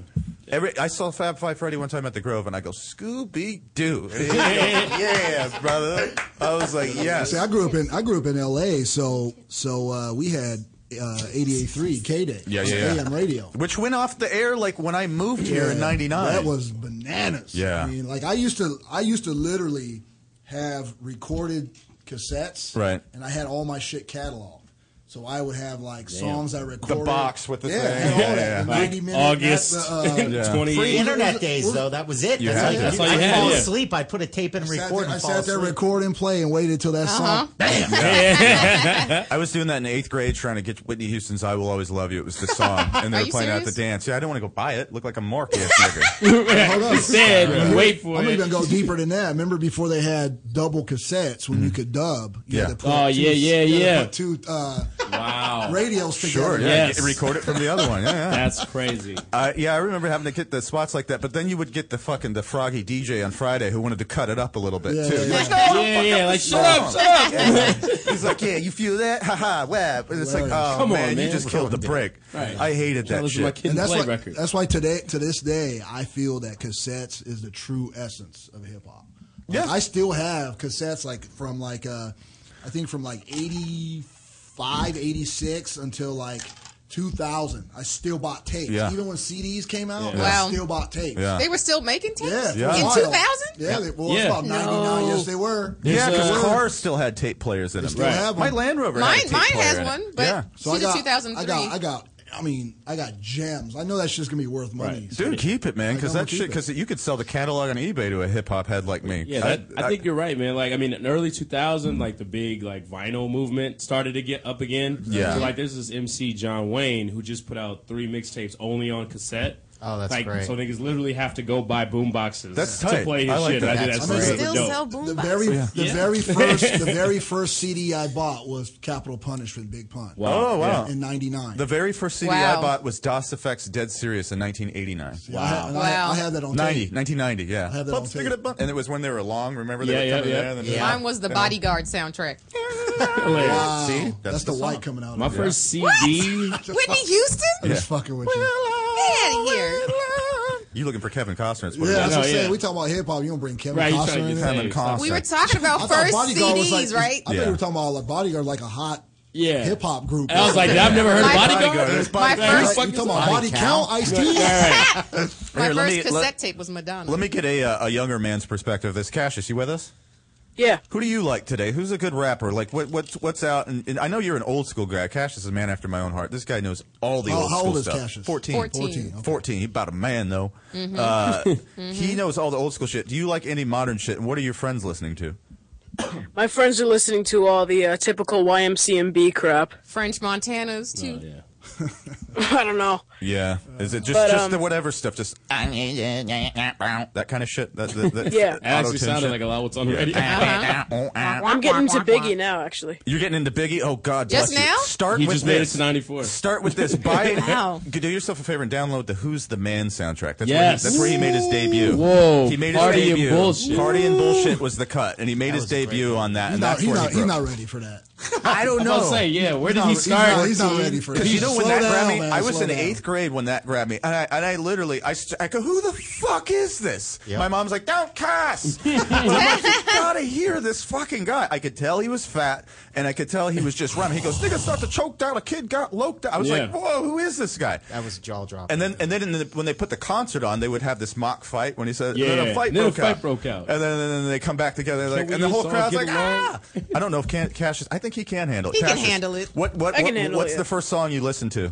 D: Every I saw Fab Five Freddy one time at the Grove, and I go Scooby Doo. yeah, brother. I was like, yes.
G: See, I grew up in I grew up in L.A. So so uh, we had uh, 88.3 K Day.
D: Yeah, yeah, yeah.
G: AM radio.
D: Which went off the air like when I moved here in
G: Yeah,
D: '99.
G: That was bananas.
D: Yeah.
G: I mean, like I used to I used to literally have recorded cassettes.
D: Right.
G: And I had all my shit cataloged. So I would have like songs I recorded.
D: box with the
G: yeah,
D: thing.
G: and all
D: Yeah,
G: that,
D: yeah.
G: the
E: like
G: 90 minute
E: August
G: uh, uh,
D: Yeah.
I: Free
E: 28.
I: internet days, though. Oh, That was it.
D: You
I: That's,
D: had
I: all you,
D: to.
I: could
E: That's
I: do.
E: all you
I: I'd
E: had,
I: fall
E: yeah.
I: asleep. I'd put a tape in and
G: sat
I: record
G: there, I
I: and fall
G: sat there,
I: asleep.
G: record and play, and waited till that song.
D: I was doing that in eighth grade, trying to get Whitney Houston's "I Will Always Love You." It was the song, and they
F: Are
D: were
F: you
D: playing out the
F: serious?
D: dance. Yeah, I didn't want to go buy it. Look like a mark ass nigga.
G: Hold up.
E: Said, wait for
G: I'm
E: it.
G: even go deeper than that. Remember before they had double cassettes when you could dub. You
D: Yeah.
G: Had to put
E: Oh,
G: two,
E: yeah, yeah,
G: you had
E: yeah.
G: to put two uh,
E: Wow.
G: radios together.
D: sure, yeah.
E: Yes.
D: Get- Record it from the other one. Yeah, yeah.
E: That's crazy.
D: Uh, yeah, I remember having to get the spots like that, but then you would get the fucking the froggy DJ on Friday who wanted to cut it up a little bit
G: Yeah,
D: too.
G: yeah,
D: He's
G: yeah.
D: like, "No, don't
E: Yeah,
D: fuck
E: yeah,
D: up
E: like,
D: the
E: shut up,
D: song." Yeah. He's like, yeah, you feel that? Ha ha, web. And it's like, oh
E: Come on,
D: man, you
E: man.
D: just killed the break. I hated that
E: Listen to my
D: shit.
E: kid and
G: and that's
E: play
G: why,
E: records.
G: that's why today to this day I feel that cassettes is the true essence of hip hop. Like,
D: Yeah.
G: I still have cassettes like from like uh I think from like 85, 86 until like 2000. I still bought tapes.
D: Yeah.
G: Even when CDs came out,
F: Yeah.
G: I
F: Wow.
G: still bought tapes.
D: Yeah.
F: They were still making tapes
G: Yeah, for a
F: in
G: while.
F: 2000.
G: Yeah, they, well,
E: Yeah.
G: it's about 99. Yes, they were.
D: Yeah,
E: There's,
D: because
E: uh,
D: cars still had tape players in them.
G: still Right. have
D: My
G: them.
D: Land Rover had a
F: Mine,
D: tape
F: mine
D: player
F: has
D: in it.
F: one, but
D: yeah.
G: So I
F: she's a
G: got, I
F: 2003.
G: got, I got, I mean, I got gems. I know that's just gonna be worth money.
E: Right.
D: Dude, keep it, man, because
G: I know,
D: that
G: keep
D: shit.
G: it.
D: Because you could sell the catalog on eBay to a hip hop head like me.
E: Yeah, that, I, think you're right, man. Like, I mean, in early 2000, like the big like vinyl movement started to get up again.
D: Yeah.
E: so, like there's this MC John Wayne who just put out three mixtapes only on cassette.
I: Oh, that's
E: like,
I: great.
E: So niggas literally have to go buy boom boxes
D: That's
E: to
D: tight.
E: play his
D: I like
E: shit.
D: that.
E: I think
I: That's
E: that's,
I: great.
E: super
F: Still
E: dope.
F: sell boom
G: The very, the
E: Yeah.
G: very first, the very first CD I bought was Capital Punishment, Big Pun.
D: Oh wow.
G: In '99.
D: The very first CD I
F: Wow.
D: bought was DOS Effects Dead Serious in 1989.
G: I had, and I,
F: Wow.
G: I had that on
D: 90,
G: tape.
D: 1990, yeah.
G: have that
D: Bump,
G: on
D: stick
G: tape.
D: it up, bump. And it was when they were long, remember? They
E: Yeah,
D: would
E: yeah,
D: come in
E: yeah.
D: there and then
I: Yeah.
D: just-
F: Mine was the Bodyguard soundtrack.
E: Hilarious.
D: See,
G: Uh, That's, the,
D: song.
G: light coming out.
E: My
G: of it.
E: first CD.
F: Whitney Houston?
G: I'm just fucking with you.
F: Get out of here.
D: You looking for Kevin Costner? It's what
G: Yeah,
D: it
G: that's
D: is.
G: what
E: No,
G: I'm
E: yeah.
G: saying. We talk about hip hop. You don't bring Kevin
E: Right, he's
G: Costner
E: trying
G: in
E: to get
G: there.
D: Kevin
E: Hey,
D: Costner.
F: We were talking about first
G: Bodyguard was like,
F: CDs, right?
G: I thought
D: Yeah.
G: you were talking about like bodyguard, like a hot
E: Yeah.
G: hip hop group.
E: I was like, I've never heard of
F: My-
E: Bodyguard.
D: Bodyguard.
F: My
E: Bodyguard.
F: first-
E: Fuck
G: you
E: this
G: talking about body count? Ice
E: All
G: T.
E: right.
F: My
D: Here, let
F: first
D: me-
F: cassette
D: let-
F: tape was Madonna.
D: Let me get a uh, a younger man's perspective. This Cassius, you with us?
J: Yeah.
D: Who do you like today? Who's a good rapper? Like what what's what's out? And, and I know you're an old school guy. Cassius is a man after my own heart. This guy knows all the
G: How-
D: old
G: how
D: school
G: old is
D: stuff.
G: Cassius?
D: 14.
F: 14.
G: 14, okay.
D: 14. He about a man though.
F: Mm-hmm.
D: Uh, He knows all the old school shit. Do you like any modern shit? And what are your friends listening to?
J: My friends are listening to all the uh, typical YMCMB crap.
F: French Montana's too.
E: Oh, yeah.
J: I don't know.
D: Yeah. Is it just
J: But,
D: just
J: um,
D: the whatever stuff? Just that kind of shit. That, that, that
J: Yeah.
E: That actually
D: auto-tune
E: sounded
D: shit?
E: like a lot of what's on the radio.
J: I'm getting into Biggie now, actually.
D: Uh-huh. You're getting into Biggie. Oh God,
F: Just
D: bless you.
F: now?
D: Start
E: He
D: with
E: just
D: this.
E: made it to 94.
D: Start with this. Buy
F: Wow.
D: Do yourself a favor and download the Who's the Man soundtrack. That's
E: Yes.
D: Where he, that's where he made his debut.
E: Whoa,
D: He made
E: Party
D: his
E: and
D: debut.
E: Bullshit.
D: Party and bullshit was the cut, and he made his debut on that.
G: He's
D: and
G: not,
D: that's
G: he's
D: where
G: not,
D: he
G: he's
D: broke.
G: not ready for that.
D: I don't
E: I was
D: know.
E: about to say, yeah, where did he
G: He's not-
E: start?
G: He's not, ready for that.
D: Because you know when that
G: Slow
D: grabbed
G: down,
D: me,
G: man,
D: I was
G: slow
D: in
G: down.
D: eighth grade when that grabbed me, and I and I literally I, st- I go, who the fuck is this?
I: Yep.
D: My mom's like, don't cuss. I'm like, you gotta hear this fucking guy. I could tell he was fat, and I could tell he was just running. He goes, nigga, start to choke down. A kid got loped. out." I was
E: Yeah.
D: like, whoa, who is this guy?
I: That was jaw dropping.
D: And then, and then, in the, when they put the concert on, they would have this mock fight. When he said, and then
E: Yeah.
D: a fight,
E: And then a
D: broke,
E: fight
D: out.
E: broke out.
D: and then, and then they come back together, like,
E: we
D: and the whole
E: all
D: crowd's
E: get
D: like, ah!
E: along?
D: I don't know if Can- Cassius. I think he can handle it.
F: He can
D: Cassius,
F: handle it.
D: What, what,
J: I can
D: what-
J: handle
D: what's
J: it.
D: the first song you listen to?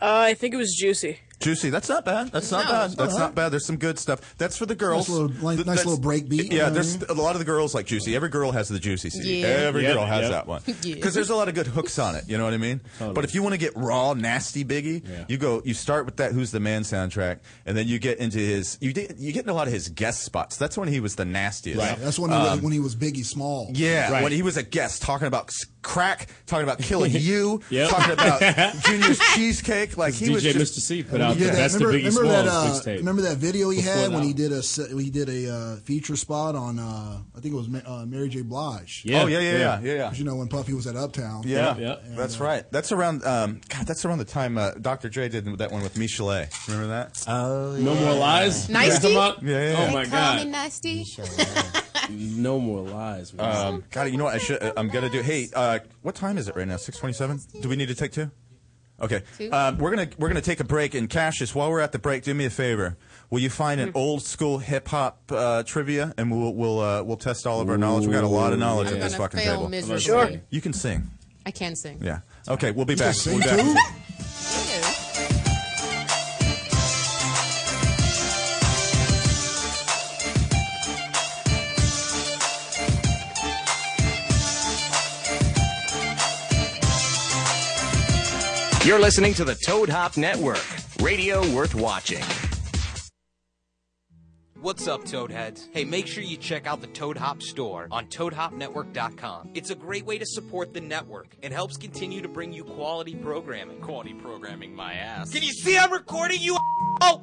J: Uh, I think it was Juicy.
D: Juicy. That's not bad. That's not
F: No,
D: bad.
F: it's not
D: That's not bad. There's some good stuff. That's for the girls.
G: Uh-huh. Nice little- like-
D: Th-
G: nice
D: that's-
G: little break beat, you know
D: Yeah,
G: what I
D: there's
G: mean?
D: a lot of the girls like Juicy. Every girl has the Juicy CD.
F: Yeah.
D: Every
E: Yep,
D: girl has
E: yep.
D: that one. Because
F: Yeah.
D: there's a lot of good hooks on it. You know what I mean? But if you want to get raw, nasty Biggie,
E: Yeah.
D: you go. You start with that Who's the Man soundtrack, and then you get into his. You did. You get in a lot of his guest spots. That's when he was the nastiest.
E: Right.
G: That's when he, was, when he was Biggie Small.
D: Yeah,
E: Right.
D: when he was a guest talking about s- crack, talking about killing you,
E: Yep.
D: talking about Junior's cheesecake, like he was
E: DJ
D: just
E: Mr. C put out
G: He
E: the
G: did that-
E: best of
G: remember,
E: Biggie
G: remember that,
E: Smalls
G: uh,
E: mixtape.
G: remember that video he
E: Before
G: had
E: now.
G: when he did a se- he did a uh, feature spot on uh, I think it was Ma- uh, Mary J. Blige.
E: Yeah.
D: Oh yeah, yeah, yeah, yeah, yeah.
G: 'Cause You know when Puffy was at Uptown.
D: Yeah,
E: Yeah.
D: that's right. That's around. Um, God, that's around the time uh, Dr. Dre did that one with Michelet. Remember that?
E: No more lies.
F: Nice
E: Yeah.
F: D?
E: Come on.
D: Yeah, yeah, yeah.
E: Oh my
F: They call me
E: god.
F: Nasty.
E: No more lies. man.
D: um, God, you know what? I should. I'm gonna do. Hey, uh, what time is it right now? Six twenty-seven. Do we need to take two? Okay.
F: Two.
D: Um, we're gonna we're gonna take a break. And Cassius, while we're at the break, do me a favor. Will you find
F: Mm-hmm.
D: an old school hip hop uh, trivia, and we'll we'll uh, we'll test all of our knowledge. We got a lot of knowledge
F: I'm
D: at this
F: gonna
D: fucking
F: fail
D: table.
F: miserably.
J: Sure.
D: You can sing.
F: I can sing.
D: Yeah. Okay. We'll be back.
G: Just
D: We'll
G: sing
D: be back.
G: too?
F: Yeah.
A: You're listening to the Toad Hop Network, radio worth watching.
K: What's up, Toadheads? Hey, make sure you check out the Toad Hop store on ToadHopNetwork.com. It's a great way to support the network and helps continue to bring you quality programming. Quality programming, my ass. Can you see I'm recording you? Oh!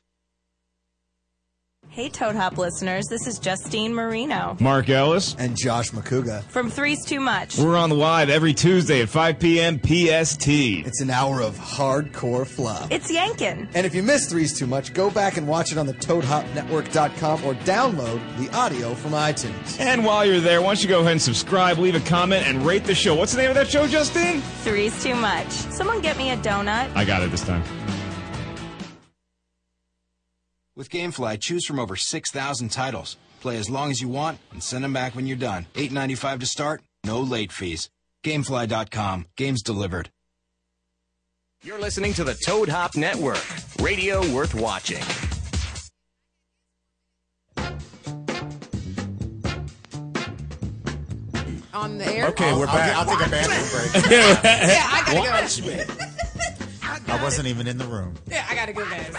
L: Hey, Toad Hop listeners, this is Justine Marino
M: Mark Ellis
N: and Josh McCuga.
L: from Three's Too Much.
M: We're on the live every Tuesday at 5 p.m. PST.
N: It's an hour of hardcore flop.
L: It's Yankin.
N: And if you miss threes too much, go back and watch it on the ToadHopNetwork.com or download the audio from iTunes.
M: And while you're there, why don't you go ahead and subscribe, leave a comment, and rate the show. What's the name of that show, Justine?
L: Three's Too Much. Someone get me a donut.
M: I got it this time.
O: With GameFly, choose from over 6,000 titles. Play as long as you want and send them back when you're done. $8.95 to start, no late fees. Gamefly.com, games delivered.
A: You're listening to the Toad Hop Network, radio worth watching.
F: on the air. Oh,
A: Okay, we're
I: I'll,
A: back.
I: I'll, take a bathroom break. yeah,
F: I gotta go.
I: I wasn't even in the room.
F: Yeah, I gotta go, guys.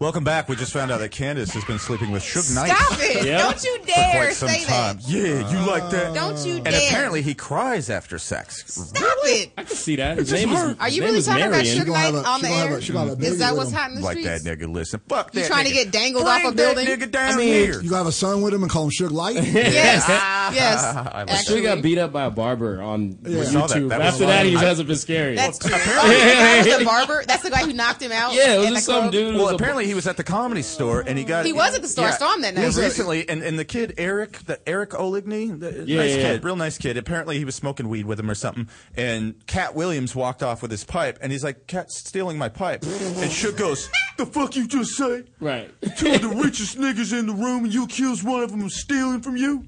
D: Welcome back. We just found out that Candace has been sleeping with Suge Knight.
F: Stop it! Don't you dare
D: for
F: say
D: quite some time.
F: that.
D: Yeah, you like that?
F: Don't you
D: And
F: dare.
D: apparently he cries after sex.
F: Stop it!
E: I can see that.
D: His name is- his
F: Are you
D: name
F: really
D: is
F: talking about
D: Marion.
F: Suge
D: She gonna have
F: Knight
D: a-
F: on
D: she
F: the
D: gonna
F: air?
D: have a- she gonna have a
F: Is
D: baby
F: that
D: with
F: what's
D: him.
F: hot in the
D: Like
F: streets?
D: that nigga. Listen, fuck
F: You
D: that
F: trying
D: nigga.
F: to get dangled
D: Bring
F: off a
D: that
F: building?
D: nigga down
G: I mean,
D: here.
G: you have a son with him and call him Suge Light.
F: Yes, yes.
E: Actually, got beat up by a barber on
G: Yeah. We saw that.
E: YouTube.
G: That was
E: After that,
G: funny.
E: he
G: I-
E: hasn't been scary.
F: That's true. that was the barber. That's the guy who knocked him out. at the club?
D: Well, apparently he was at the comedy store and he got.
F: He was at the store. I saw him that night.
D: Yeah, recently, and, and the kid Eric, the Eric Oligny, the,
E: Yeah,
D: nice
E: yeah,
D: kid,
E: yeah.
D: real nice kid. Apparently he was smoking weed with him or something. And Cat Williams walked off with his pipe, and he's like, "Cat's stealing my pipe." and Shook goes, "The fuck you just say?
E: Right?
D: Two of the richest niggas in the room, and you accuse one of them of stealing from you."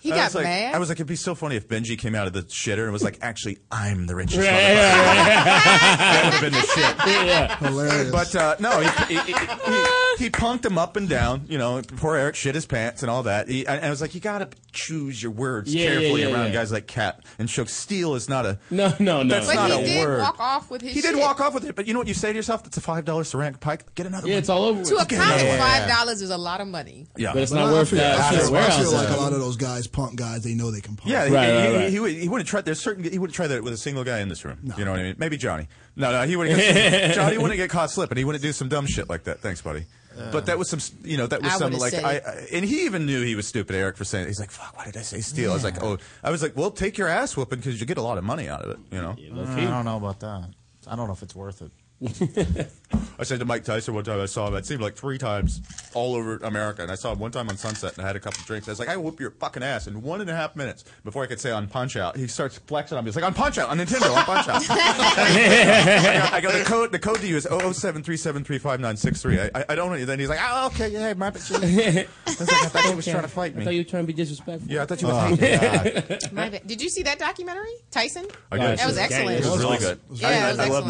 F: He
D: I
F: got
D: was like,
F: mad?
D: I was like, it'd be so funny if Benji came out of the shitter and was like, "Actually, I'm the richest."
E: Right,
D: motherfucker."
E: right,
D: that would have been the shit.
E: Yeah.
G: Hilarious.
D: But uh, no, he, he, he, he- he punked him up and down. You know, poor Eric shit his pants and all that. He, and I was like, you gotta choose your words
E: Yeah, yeah,
D: carefully
E: yeah,
D: around
E: yeah.
D: guys like Cat and Shook. Steal is not a
E: no, no, no.
D: That's
F: but
D: not
F: he
D: a
F: did
D: word.
F: walk off with his.
D: he did
F: shit.
D: walk off with it, but you know what you say to yourself? That's a five dollar Sarang Pike. Get another.
E: Yeah,
D: one.
E: it's all over.
F: To a
D: Get
F: college,
D: another one.
F: five dollars is a lot of money.
D: Yeah,
E: But it's not worth that.
G: I
E: Shit,
G: feel, I feel
E: warehouse
G: like a
E: sale.
G: lot of those guys, punk guys, they know they can punk.
D: Yeah,
E: Right,
D: he,
E: right,
D: he,
E: right.
D: he, would, he wouldn't try. There's certain. He wouldn't try that with a single guy in this room. You know what I mean? Maybe Johnny. No, no, he wouldn't. Get, Johnny wouldn't get caught slipping. He wouldn't do some dumb shit like that. Thanks, buddy. but that was some. You know, that was
F: Uh, I
D: some
F: would've
D: like.
F: said
D: I,
F: it.
D: I- and he even knew he was stupid, Eric, for saying. He's like, "Fuck, why did I say steal?" I was like, "Oh, I was like, well, take your ass whooping because you get a lot of money out of it." You know.
I: I don't know about that. I don't know if it's worth it.
D: I said to Mike Tyson one time, I saw him, it seemed like three times all over America. And I saw him one time on Sunset and I had a couple drinks. I was like, I whoop your fucking ass in one and a half minutes before I could say on Punch Out. He starts flexing on me. He's like, on Punch Out, on Nintendo, on Punch Out. I, go, I go, the code, the code to oh you is 00737359963. I, I, I don't know. Then he's like, oh, okay, yeah, my bitch. I was like, I thought you was trying to fight me.
E: I thought you were Oh. trying to be disrespectful.
D: yeah, I thought you was hating
F: My bad. Did you see that documentary, Tyson?
D: I got
F: that was excellent.
D: It was really good.
F: Yeah,
D: I,
F: it
D: I-
F: was
D: I love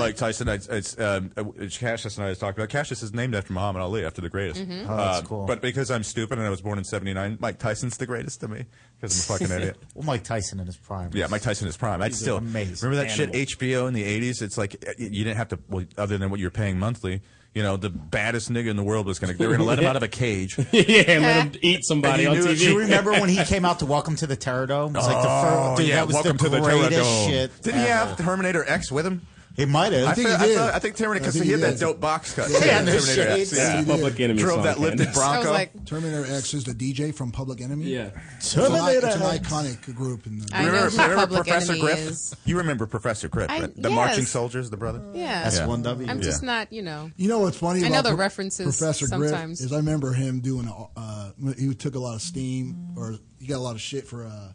D: Mike Tyson.
F: excellent.
D: I, it's um, uh, it's Cassius and I was talking about. Cassius is named after Muhammad Ali, after the greatest.
F: Mhm.
I: Oh, that's
D: Um,
I: cool.
D: But because I'm stupid and I was born in '79, Mike Tyson's the greatest to me because I'm a fucking idiot.
I: Well, Mike Tyson in his prime.
D: Yeah, Mike Tyson is prime. I
I: He's
D: still
I: an amazing
D: remember that
I: animal.
D: shit HBO in the '80s. It's like uh, you didn't have to, well, other than what you're paying monthly. You know, the baddest nigga in the world was gonna. They were gonna let him out of a cage.
E: yeah, and let him eat somebody
D: And
E: on
D: he knew it.
E: TV.
I: Do you remember when he came out to Welcome to the Terror Dome? It was like the
D: Oh,
I: first, dude,
D: yeah,
I: that was
D: Welcome
I: the
D: to the Terror
I: greatest
D: Dome.
I: shit.
D: Didn't he
I: ever.
D: have Terminator X with him?
I: He might have.
D: I, think I, thought- I think Terminator because he, had that dope box cut.
I: Yeah, and the
D: Terminator X,
I: shades.
D: yeah.
E: Yeah, Public Enemy
D: Drove
E: song,
D: that lifted
E: Candace.
D: Bronco.
G: Terminator X is the DJ from Public Enemy.
E: Yeah.
G: It's, an, i- it's an
I: Terminator
G: iconic group. In the,
F: I know who Public
D: Professor
F: Enemy
D: Griff?
F: is.
D: You remember Professor Griff,
F: I-
D: right? the
F: yes.
D: marching soldiers, the brother?
F: Yeah.
G: S1W.
F: I'm
G: Yeah.
F: just not, you know.
G: You know what's funny?
F: I
G: about
F: know the
G: Pro-
F: references
G: Professor
F: sometimes.
G: Griff is I remember him doing. A, uh, he took a lot of steam, or he got a lot of shit for uh,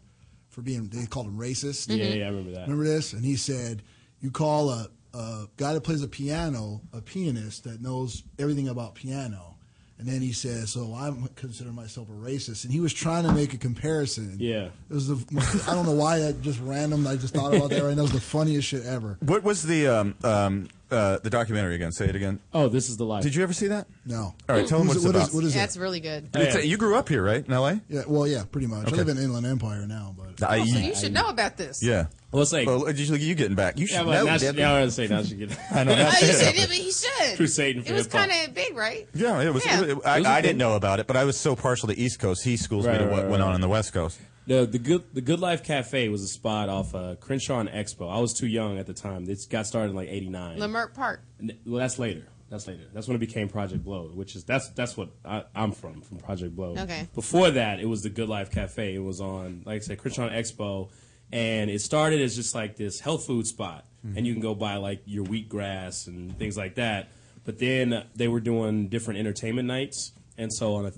G: for being. They called him racist.
E: Yeah,
F: Mm-hmm.
E: Mhm. yeah, I remember that.
G: Remember this? And he said, "You call a, a guy that plays a piano a pianist that knows everything about piano." And then he says, "So I'm consider myself a racist." And he was trying to make a comparison.
E: Yeah.
G: it was the I don't know why that just random. I just thought about that right now. It was the funniest shit ever.
D: What was the um, um, uh, the documentary again? Say it again.
E: Oh, this is the life.
D: Did you ever see that?
G: No.
D: All right, tell them what it's
G: Who's it- what is-
D: about.
G: what is
F: That's really good.
D: It's, uh, you grew up here, right, in L.A.?
G: Yeah, well, yeah, pretty much.
D: Okay.
G: I live in Inland Empire now, but
D: I-
F: Oh,
D: E.
F: So you should know about this.
D: Yeah.
E: Well, it's like
D: well, you, you getting back. You should
E: Yeah,
D: know.
E: but now,
D: Debbie.
E: now I was gonna say now she get.
D: I know.
F: Oh,
D: Now
F: you should. Yeah, but he should.
E: Crusading for
F: It was
E: hip hop.
F: kind of big, right?
D: Yeah, it was. It,
F: Yeah.
D: I,
E: It was a
D: I
E: good-
D: didn't know about it, but I was so partial to East Coast. He schools
E: Right,
D: me to
E: right,
D: what
E: right,
D: went
E: right.
D: on in the West Coast.
E: No, the good the Good Life Cafe was a spot off uh, Crenshaw and Expo. I was too young at the time. It got started in like '89.
F: Lamert Park.
E: Well, that's later. That's later. That's when it became Project Blow, which is that's that's what I, I'm from from Project Blow.
F: Okay.
E: Before that, it was the Good Life Cafe. It was on, like I said, Christian Expo, and it started as just like this health food spot, and you can go buy like your wheatgrass and things like that. But then they were doing different entertainment nights, and so on a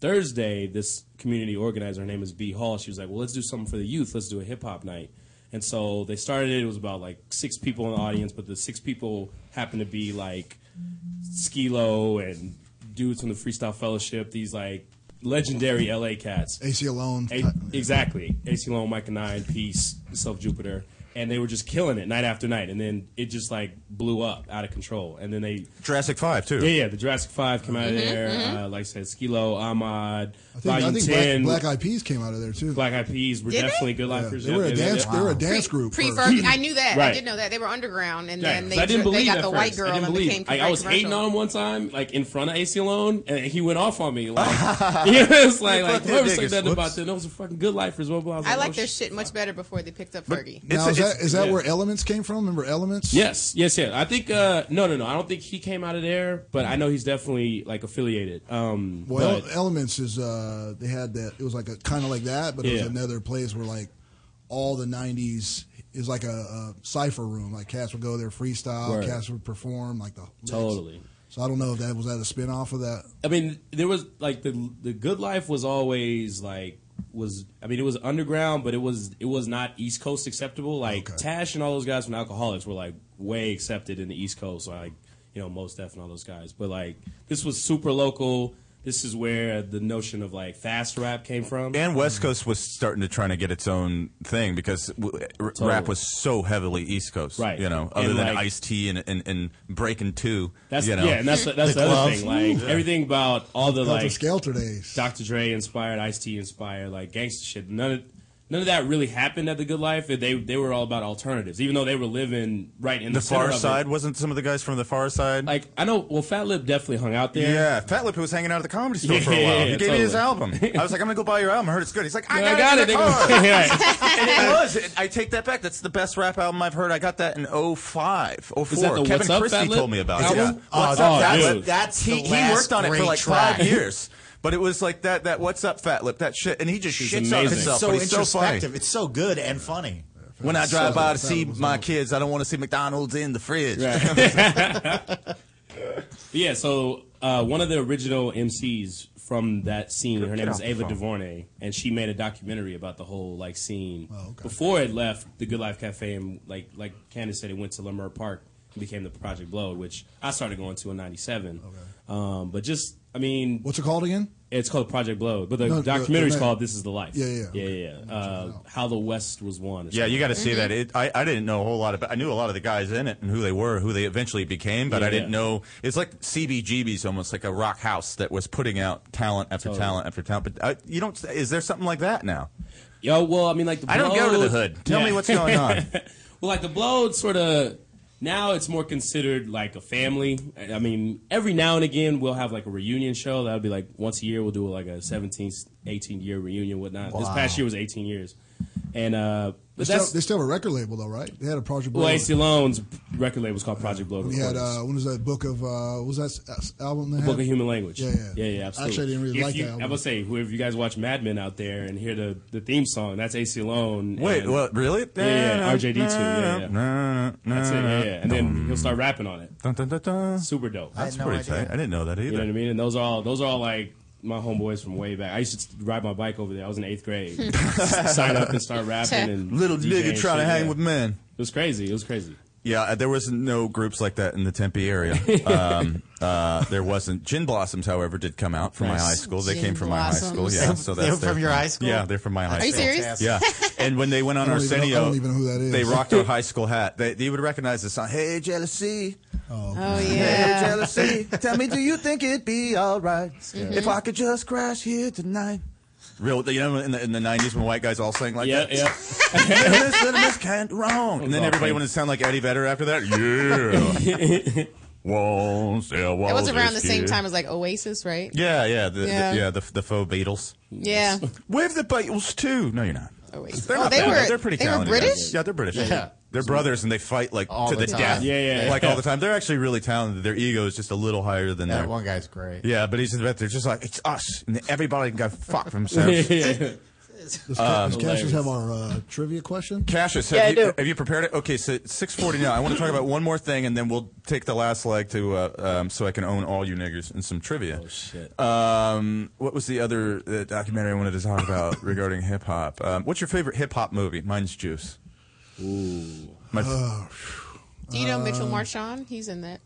E: Thursday, this community organizer, her name is B Hall, she was like, "Well, let's do something for the youth. Let's do a hip hop night." And so they started it. It was about like six people in the audience, but the six people happened to be like Skilo and dudes from the Freestyle Fellowship, these like legendary LA cats.
G: AC alone.
E: A- exactly. AC Lone, Mike and Nine, Peace, Self Jupiter. And they were just killing it night after night. And then it just like blew up out of control. And then they.
D: Jurassic 5, too.
E: Yeah, yeah. The Jurassic 5 came out of
G: Mm-hmm,
E: there. Uh, like I said, Skilo, Ahmad,
G: I think, I
E: Volume
G: think
E: 10.
G: Black, Black Eyed Peas came out of there too.
E: Black Eyed Peas were
G: Did they?
E: definitely good
G: Yeah,
E: lifers.
G: they
E: Yeah,
G: were a dance- they were a dance group
F: Pre
G: first.
F: Ferg, I knew that. I
E: Right.
F: did know that they were underground, and
E: Yeah,
F: then
E: 'cause
F: they,
E: I didn't
F: took-
E: believe
F: they got
E: at
F: the
E: first.
F: white girl
E: I didn't
F: and
E: believe.
F: became
E: I, I was
F: commercial.
E: hating on him one time, like in front of AC Alone, and he went off on me. Like, yeah, it's like,
F: You
E: like
F: fucked
E: whoever
F: that
E: said
F: niggas.
E: that
F: Whoops.
E: about them, those are fucking good lifers. Blah blah. blah.
F: I
E: was like,
F: like their shit much better before they picked up Fergie.
G: Now is that is that
E: yeah.
G: where Elements came from? Remember Elements?
E: Yes, yes, yeah. I think uh, no, no, no. I don't think he came out of there, but I know he's definitely like affiliated. Um,
G: Well,
E: but-
G: Elements is uh, they had that. It was like a kind of like that, but it
E: Yeah.
G: was another place where like all the '90s is like a, a cipher room. Like cats would go there freestyle,
E: Right.
G: cats would perform like the mix.
E: Totally.
G: So I don't know if that was that a spin off of that.
E: I mean, there was like the the good life was always like was I mean it was underground, but it was it was not East Coast acceptable. Like Tash and all those guys from Alcoholics were like way accepted in the East Coast, like you know Most Def and all those guys. But like this was super local. This is where the notion of like fast rap came from.
D: And West Coast was starting to trying to get its own thing because w- r-
E: Totally.
D: rap was so heavily East Coast,
E: Right.
D: You know,
E: And
D: other than
E: like-
D: Ice T and, and and Breaking Two.
E: That's
D: you know.
E: yeah, and that's the, that's the, other thing. Like everything about all the
G: Helter
E: like
G: Skelter days.
E: Dr. Dre inspired, Ice T inspired, like gangster shit. None of none of that really happened at the Good Life. They they were all about alternatives, even though they were living right in the,
D: the
E: center
D: Far
E: of it.
D: Side wasn't some of the guys from the Far Side.
E: Like I know, well, Fat Lip definitely hung out there.
D: Yeah, Fat Lip was hanging out at the comedy store for a
E: Yeah,
D: while.
E: yeah,
D: he
E: yeah,
D: gave me his album.
E: totally.
D: I was like, I'm gonna go buy your album. I heard it's good. He's like, I,
E: No,
D: got, it. in the
E: nigga.
D: car.
E: Right.
D: and it was. It- I take that back. That's the best rap album I've heard. I got that in 05, 04.
E: Is that the
D: Kevin
E: What's Up,
D: Christie
E: Fat Lip
D: told me about it.
E: album?
D: Yeah.
E: Oh,
D: What's
E: oh,
D: up? That's,
E: dude.
I: That's
D: he,
I: the
D: he
I: last
D: worked on it for
I: great
D: like
I: track.
D: five years. But it was like that. That what's up, Fat Lip? That shit, and he just
I: He's
D: shits on
I: amazing.
D: himself.
I: It's so
D: but he's So
I: introspective.
D: funny.
I: It's so good and funny.
D: When I
I: It's
D: drive
I: so
D: by
I: good.
D: to see my kids, I don't want to see McDonald's in the fridge.
E: But yeah, so uh, one of the original MCs from that scene, her name
D: Get
E: is
D: off the
E: Ava
D: phone.
E: DuVernay, and she made a documentary about the whole like scene
G: Oh,
E: before it left the Good Life Cafe, and like like Candace said, it went to Lemur Park and became the Project Blow, which I started going to in '97. Um, but just, I mean,
G: what's it called again?
E: It's called Project Blow, but the
G: No, the-
E: documentary is
G: the-
E: called "This Is the Life."
G: Yeah, yeah,
E: yeah, yeah. yeah. Uh, How the West was won. or
D: Yeah, you got to
E: something.
D: see that. It, I, I didn't know a whole lot about. I knew a lot of the guys in it and who they were, who they eventually became, but
E: Yeah.
D: I didn't know. It's like CBGB's, almost like a rock house that was putting out talent after
E: Totally.
D: talent after talent. But I, you don't. Is there something like that now?
E: Yo, well, I mean, like the
D: I don't go to the
E: Blode-
D: hood. Tell
E: Yeah.
D: me what's going on.
E: well, like the Blode, sort of. Now it's more considered like a family. I I mean, every now and again we'll have like a reunion show. That'll be like once a year. We'll do like a 17, 18 year reunion, whatnot. This
G: Wow.
E: past year was eighteen years, and uh,
G: They
E: but
G: still,
E: that's
G: they still have a record label though, right? They had a project.
E: well,
G: label.
E: AC Lone's record label was called Project Blode.
G: We had
E: Recordings.
G: uh, when was that book of uh, what was that s- album? They
E: The
G: had?
E: Book of Human Language.
G: Yeah, yeah,
E: yeah, yeah. Absolutely.
G: Actually, I didn't really
E: If
G: like
E: you,
G: that
E: I
G: album.
E: would say, whoever you guys watch Mad Men out there and hear the, the theme song, that's AC Alone.
D: Wait,
E: and-
D: what, really?
E: Yeah, yeah, yeah, RJD2. Yeah, yeah.
D: Nah, nah,
E: that's it. Yeah,
D: nah.
E: yeah. And then he'll start rapping on it. Super dope.
D: That's pretty tight. I didn't know that either.
E: You know what I mean? And those are all those are all like my homeboys from way back. I used to ride my bike over there. I was in eighth grade. S- Sign up and start rapping and
D: Little
E: DJ
D: nigga
E: and
D: trying to
E: shit,
D: hang
E: yeah.
D: with men.
E: It was crazy. It was crazy.
D: Yeah, uh, there was no groups like that in the Tempe area. Um, uh, there wasn't. Gin Blossoms, however, did come out from
I: Nice.
D: my high school. They
I: Gin
D: came from my high school.
I: Blossoms.
D: Yeah, so
I: They were
D: that's their
I: from your
D: thing.
I: high school?
D: Yeah, they're from my high
I: Are you
D: school.
I: serious?
D: Yeah, and when they went on
G: I don't even know- I
D: Arsenio,
G: don't even know who that is.
D: they rocked our high school hat. They, they would recognize the song. Hey, jealousy.
F: Uh,
N: Oh,
D: Hey,
N: yeah.
D: jealousy. Tell me, do you think it'd be all right
N: Mhm.
D: if I could just crash here tonight? Real, you know, in the, in the 90s when white guys all sang like that?
E: Yeah,
D: yeah. this, this can't wrong. And then
E: Oh,
D: everybody
E: thanks.
D: wanted to sound like Eddie Vedder after that. Yeah. Once there was
F: It was around the
D: this
F: same
D: kid.
F: time as like Oasis, right?
D: Yeah, yeah, the,
F: Yeah.
D: yeah, the, yeah, the, the faux Beatles.
F: Yeah.
D: We're the Beatles too. No, you're not.
F: Oasis.
D: They're
F: oh,
D: not
F: they
D: bad.
F: were
D: They're pretty
F: they were
D: talented.
F: British.
D: Yeah, they're British.
F: Yeah.
D: They're brothers and they fight like
I: All
D: to
I: the
D: the,
I: time.
D: death.
I: Yeah, yeah, yeah.
D: Like all the time. They're actually really talented. Their ego is just a little higher than
I: That
D: their-
I: one guy's great.
D: Yeah, but he's just they're just like it's us and everybody got fucked themselves.
G: Does,
D: Uh,
G: Ca- does Cassius have our uh, trivia question?
D: Cassius, have, you, have you prepared it? Okay, so six forty now. I want to talk about one more thing, and then we'll take the last leg to uh, um, so I can own all you niggers and some trivia. Oh shit! Um, what was the other uh, documentary I wanted to talk about regarding hip hop? Um, what's your favorite hip hop movie? Mine's Juice. Ooh. My Oh, f-
F: Do you know Mitchell
G: Um,
F: Marchand? He's in that.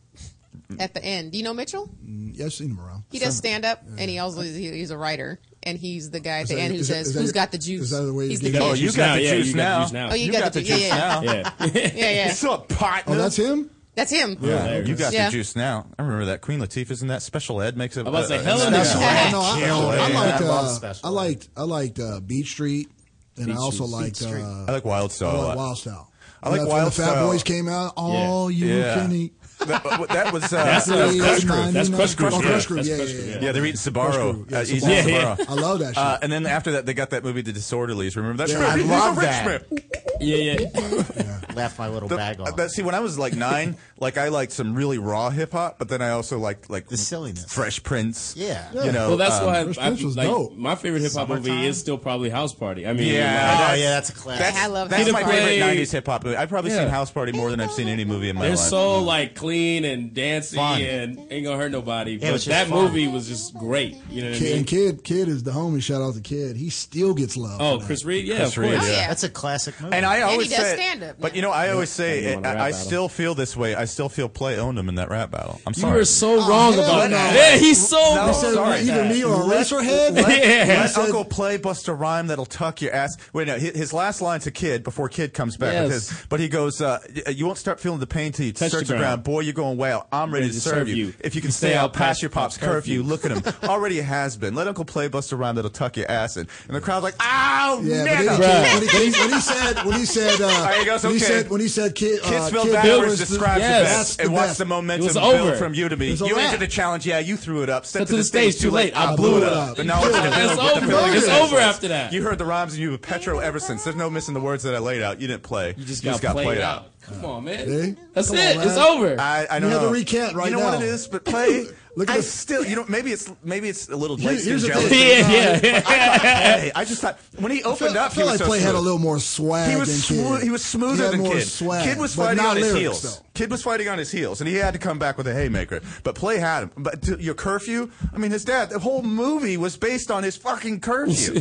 F: At the end, do you know Mitchell?
G: Mm, Yeah, I've seen him around.
F: He does stand up, and he also he- he's a writer, and he's the guy at the end who says,
G: "Who's
F: "Who's got the juice?"
G: Is that the way
F: He's
G: you
F: the
G: get
F: kid.
G: it?
F: Oh, you got the juice now. Oh, you got the juice, yeah,
D: yeah.
F: Yeah, yeah.
D: It's a partner.
G: Oh, that's him?
F: That's him.
D: Yeah, you got
F: Yeah.
D: the juice now. I remember that Queen Latifah's in that. Special Ed makes it.
E: I was
D: a-
E: like,
D: a-
E: hell in
D: a-
E: the
D: special
E: back.
D: ed.
E: No, I-
D: Special
G: I
D: ed.
G: liked,
D: Yeah.
G: uh, I liked, I liked uh, Beach Street, and I
D: Beach
G: also
D: Street.
G: liked.
D: Beach Street. Oh,
G: Uh,
D: I like Wild Style
G: I
D: a
G: like
D: lot.
G: Wild Style.
D: I like
G: That's
D: Wild
G: when the Fat
D: Style.
G: Boys came out. All
D: Yeah.
G: you
D: Yeah.
G: can eat.
D: That, that was uh,
G: That's- that's
D: uh,
G: Crush Crew. That's Crush Crew.
D: Crew.
G: Oh, Crush Crew, That's yeah, Crush Crew, yeah, yeah.
D: Yeah, they're eating Sabaro.
G: Crush Crew, yeah,
D: Uh, eating
G: Sbarro. Yeah,
D: Sbarro.
G: I love that
D: Uh,
G: shit.
D: and then after that, they got that movie, The Disorderlies. Remember that?
I: Yeah,
D: movie?
I: I
D: He's a
I: love
D: rich
I: that.
D: man.
E: Yeah, yeah.
I: Laugh my little
D: The-
I: bag off.
D: uh, But see, when I was like nine, like I liked some really raw hip hop, but then I also liked like the silliness, Fresh Prince.
I: Yeah.
D: you know.
E: well, that's
D: um,
E: why I, I, like, my favorite hip hop movie
D: Summertime?
E: is still probably House Party. I
D: Oh,
E: mean,
D: Yeah,
E: like-
D: that's- That's, that's
E: Peter
D: my
E: Play-
D: favorite '90s hip hop movie. I've probably
E: Yeah.
D: seen House Party more than I've seen any movie in my
E: They're
D: life.
E: so like clean and dancey
D: Fun.
E: and ain't gonna hurt nobody.
D: it
E: But
D: was just
E: that
D: fun.
E: movie was just great. You know what I
G: Kid,
E: mean?
G: and kid, kid is the homie. Shout out to kid. He still gets love.
E: Oh,
G: for that.
E: Chris Reed. Yeah,
D: Chris
E: of course.
F: Oh,
D: Reed, yeah.
I: That's a classic movie.
D: And I always say,
F: up.
D: but you know, I always
E: Kinda
D: say,
E: wanna rap
D: I, I
E: battle.
D: still feel this way. I still feel play owned him in that rap battle. I'm
E: You
D: sorry.
E: were so Oh, wrong hell about no. that. Yeah, he's so
D: no,
E: wrong.
D: sorry.
E: Either me or
D: Let-
E: Eraserhead?
D: Let,
E: Yeah.
D: let
E: He said-
D: Uncle Play bust a rhyme that'll tuck your ass. Wait, no, his, his last line's a kid before kid comes back. with
E: Yes.
D: his- but he goes, uh, y- "You won't start feeling the pain till you
E: Touch
D: search
E: the
D: the ground.
E: ground.
D: Boy, you're going way out. I'm ready, to serve you. If you can stay out past your pop's curfew, look at him. Already has been. Let Uncle Play bust a rhyme that'll tuck your ass in." And the crowd's like, "Ow,
G: Yeah, but
D: nigga."
G: then he, when, he, when, he, when he said, when he said, uh,
D: All right, he goes,
G: when he
D: okay.
G: said, when he said, kid,
D: Kid
G: uh,
D: spelled
G: kid
D: backwards
G: was the-
D: describes
G: Yes.
D: the
G: That's
D: best. It wants
G: best.
D: the momentum
E: It was
D: built
E: over.
D: from you to me.
E: It was a
D: You
E: wrap.
D: into the challenge. Yeah, you threw it up. Set
E: Set to the stage, too late. I blew it up.
D: But now it's
E: Yeah.
D: developed
E: It's
D: with the
E: over.
D: feeling
E: It's
D: of
E: over
D: excellence.
E: after that.
D: You heard the rhymes and you were Petro ever since. There's no missing the words that I laid out. You didn't play. You
E: just got played out. Come on, man.
D: See?
E: That's
D: Come
E: it.
D: on,
E: it's
D: man.
E: over.
D: I, I don't
G: You had
D: know.
G: to recant right
D: You know what
G: now.
D: it is, but play.
G: Look at
D: I
G: this.
D: still, you know, maybe it's maybe it's a little
G: Here-
D: late.
G: here's the
D: jealousy.
G: thing. Yeah, yeah, yeah.
D: But I, thought Play- I just thought when he opened
G: I
D: up,
G: feel
D: he
G: like
D: was so
G: Play had a
D: smooth.
G: little more swag.
D: He was
G: than Kid.
D: smooth. He was smoother
G: He had
D: than
G: more
D: Kid.
G: Swag,
D: Kid was
G: but
D: fighting
G: not
D: on his
G: lyrics,
D: heels.
G: though.
D: Kid was fighting on his heels, and he had to come back with a haymaker. But Play had him. But to your curfew. I mean, his dad. The whole movie was based on his fucking curfew.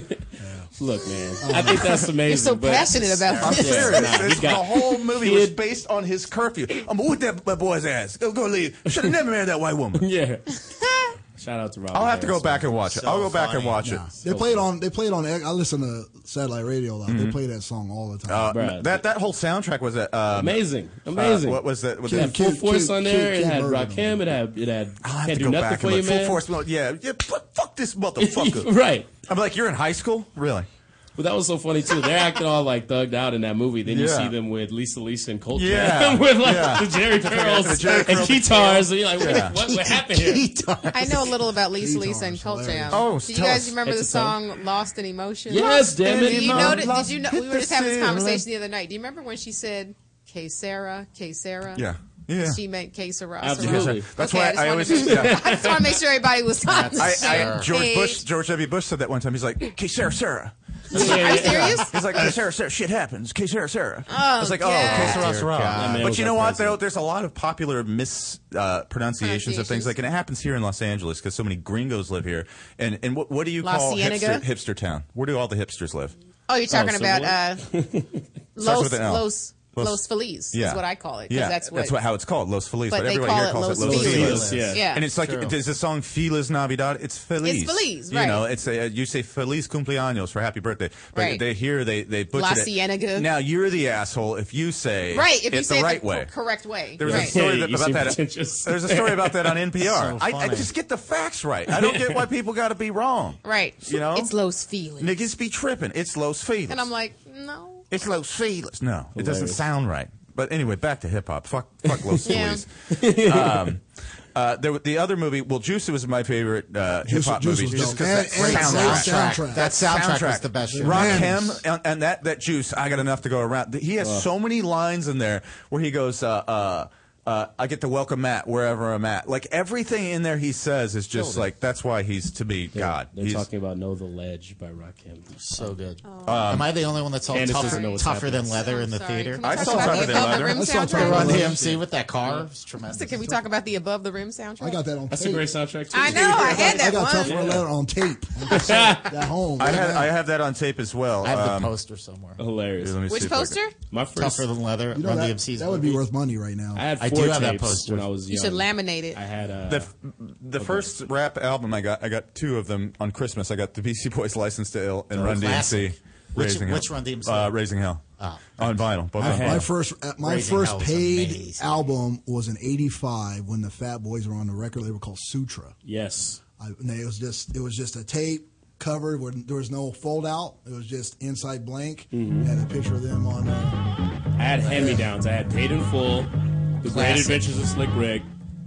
E: Look, man. I think that's amazing.
F: You're so
E: but-
F: passionate about
D: I'm
F: this.
E: Yeah,
D: serious.
E: nah, he
D: This- the
E: got-
D: whole movie
E: Kid-
D: was based on his curfew. I'm gonna whip that that boy's ass. Go, go leave. Should have never married that white woman.
E: Yeah. Shout out to Robert.
D: I'll have to
E: Harris,
D: go back
E: man.
D: and watch it. I'll go back and watch it.
G: They played on. They played on. I listen to satellite radio a lot. They
D: Mhm.
G: play that song all the time.
D: Uh, that that whole soundtrack was uh, um,
E: Amazing. Amazing.
D: uh, what was that? Was
E: it
D: that
E: had Full Force on there. it had Rakim. It had, it had
D: I
E: Can't
D: have to
E: Do
D: go
E: Nothing
D: back
E: For
D: and
E: You,
D: look. Full
E: man.
D: force. Well, yeah, yeah. Fuck, fuck this motherfucker.
E: Right.
D: I'm like, you're in high school, really?
E: But that was so funny too. They're acting all like thugged out in that movie. Then you
D: Yeah.
E: see them with Lisa Lisa and Colt.
D: Yeah.
E: with like
D: Yeah.
E: the Jerry
D: The
E: curls
D: Jerry
E: and
D: curls.
E: guitars. And you're like,
D: Yeah.
E: what, what, what happened here?
F: I know a little about Lisa Lisa and Colt Jam.
E: Oh,
F: do you
E: tell
F: guys
E: us.
F: remember the
E: It's a song.
F: song "Lost in Emotion"?
E: Yes, damn it.
F: Did you know?
E: Lost-
F: Did you know? We were just having this
E: Lost-
F: conversation the other night. Do you remember when she said "K Sarah, K Sarah"?
D: Yeah. Yeah.
F: She meant K Sarah.
D: Absolutely. That's
F: okay,
D: why
F: I, just
D: I
F: wanted
D: always-
F: to-
D: yeah.
F: I just want to make sure everybody was
D: I,
F: on. the
D: I,
F: same
D: George Bush,
F: page.
D: George W. Bush said that one time. He's like, "Okay, Sarah, Sarah."
F: Are you serious?
D: He's like, "Okay, Sarah, Sarah, shit happens. Okay, Sarah, Sarah."
F: Oh,
D: it's like, "Oh,
F: God.
D: okay, Sarah,
F: Dear
D: Sarah."
F: God. That man
D: But
F: was
D: you
F: our
D: know what? Though there's a lot of popular mispronunciations of things like, and it happens here in Los Angeles because so many gringos live here. And and what, what do you
F: La
D: call hipster,
F: Cienega?
D: hipster town? Where do all the hipsters live?
F: Oh, you're talking about uh,
D: Starts
F: Los
D: with an L.
F: Los
D: Los-
F: Los Feliz.
D: Yeah.
F: Is what I call it. 'cause
D: Yeah,
F: that's what.
D: how it's called, Los Feliz.
F: But
D: But,
F: they
D: everybody
F: call
D: here
F: it
D: calls
F: Los
D: it Los
F: Feliz.
D: Feliz.
F: Yeah. Yeah.
D: and it's like
F: True.
D: there's a song Feliz Navidad. It's Feliz.
F: It's Feliz,
D: You
F: right.
D: know, it's a, uh, you say Feliz cumpleaños for happy birthday, but
F: Right.
D: they here they they butchered
F: La
D: it.
F: Cienega.
D: Now you're the asshole if you say
F: Right, if
D: it
F: you say
D: the
F: it
D: right
F: the
D: way.
F: co- correct way.
D: There was
F: Right.
D: a story
E: Hey,
D: that-
E: you
D: about
E: seem
D: that.
E: pretentious.
D: There's a story about that on NPR.
E: So
D: I, I
E: funny.
D: just get the facts right. I don't get why people got to be wrong.
F: Right.
D: You know,
F: It's Los Feliz.
D: Niggas be tripping. It's Los Feliz.
F: And I'm like, no.
D: It's Los Feliz. No, it doesn't
E: Hilarious.
D: sound right. But anyway, back to hip hop. Fuck, fuck Los
F: Yeah.
D: Feliz. um, Uh, there, the other movie, well, Juice was my favorite uh, hip
N: Juice-
D: hop
N: Juice
D: movie.
N: was
D: just
N: dope.
D: 'cause
N: And- and
D: that
N: great soundtrack. That soundtrack was the best shit.
D: Rakim and, and that that Juice, I got enough to go around. He has
N: Ugh.
D: so many lines in there where he goes. Uh, uh, uh, I get to welcome Matt wherever I'm at. Like everything in there he says is just
E: Killed it.
D: like that's why he's to be God.
E: They're
D: He's-
E: talking about "Know the Ledge" by Rakim.
I: So good.
D: Um,
I: Am I the only one that's all
E: Candace
I: tougher,
E: doesn't know what's
I: tougher
E: happening.
I: than leather in the
F: Sorry,
I: theater?
F: can we I talk saw about Tougher the Than Above the Leather. Rim
I: I saw
F: soundtrack?
I: Tougher Run
F: Yeah.
I: DMC with that car. It's tremendous.
F: So can we talk about the above the rim soundtrack? I got
G: that on.
I: That's a great
E: soundtrack
F: I know. I had that
G: I got tough
F: one.
G: for a letter on tape. at home.
D: I have, I have that on tape as well.
I: I have
G: Um,
I: the
D: poster somewhere. Hilarious. Let me
F: Which
D: see if I can-
F: poster?
E: My
I: Tougher than leather.
G: uh, You know,
I: Run
G: that,
I: DMC's.
G: that would be worth money right now.
D: I had
I: I do
D: four
I: have that
D: tapes
I: poster.
D: when I was
F: You should laminate it.
E: I had uh, a.
D: the f- the first rap album I got, I got two of them on Christmas. I got the BC Boys License to Ill and
I: Oh,
D: Run
I: classic.
D: DMC.
I: Which-
D: Raising
I: which
D: Hell.
I: Run DMC?
D: Uh, Raising Hell.
E: Oh.
D: On vinyl. Both
G: My,
D: on
G: my
D: vinyl.
G: first uh, my
D: Raising
G: first
D: Hell was
G: paid album was in '85 when the Fat Boys were on the record label called Sutra.
E: Yes.
G: I, and it was just it was just a tape cover where there was no fold out. It was just inside blank. It had a picture of them on. Uh,
E: I had hand me downs. I had Paid in Full, The Great
G: Classic.
E: Adventures of Slick Rick.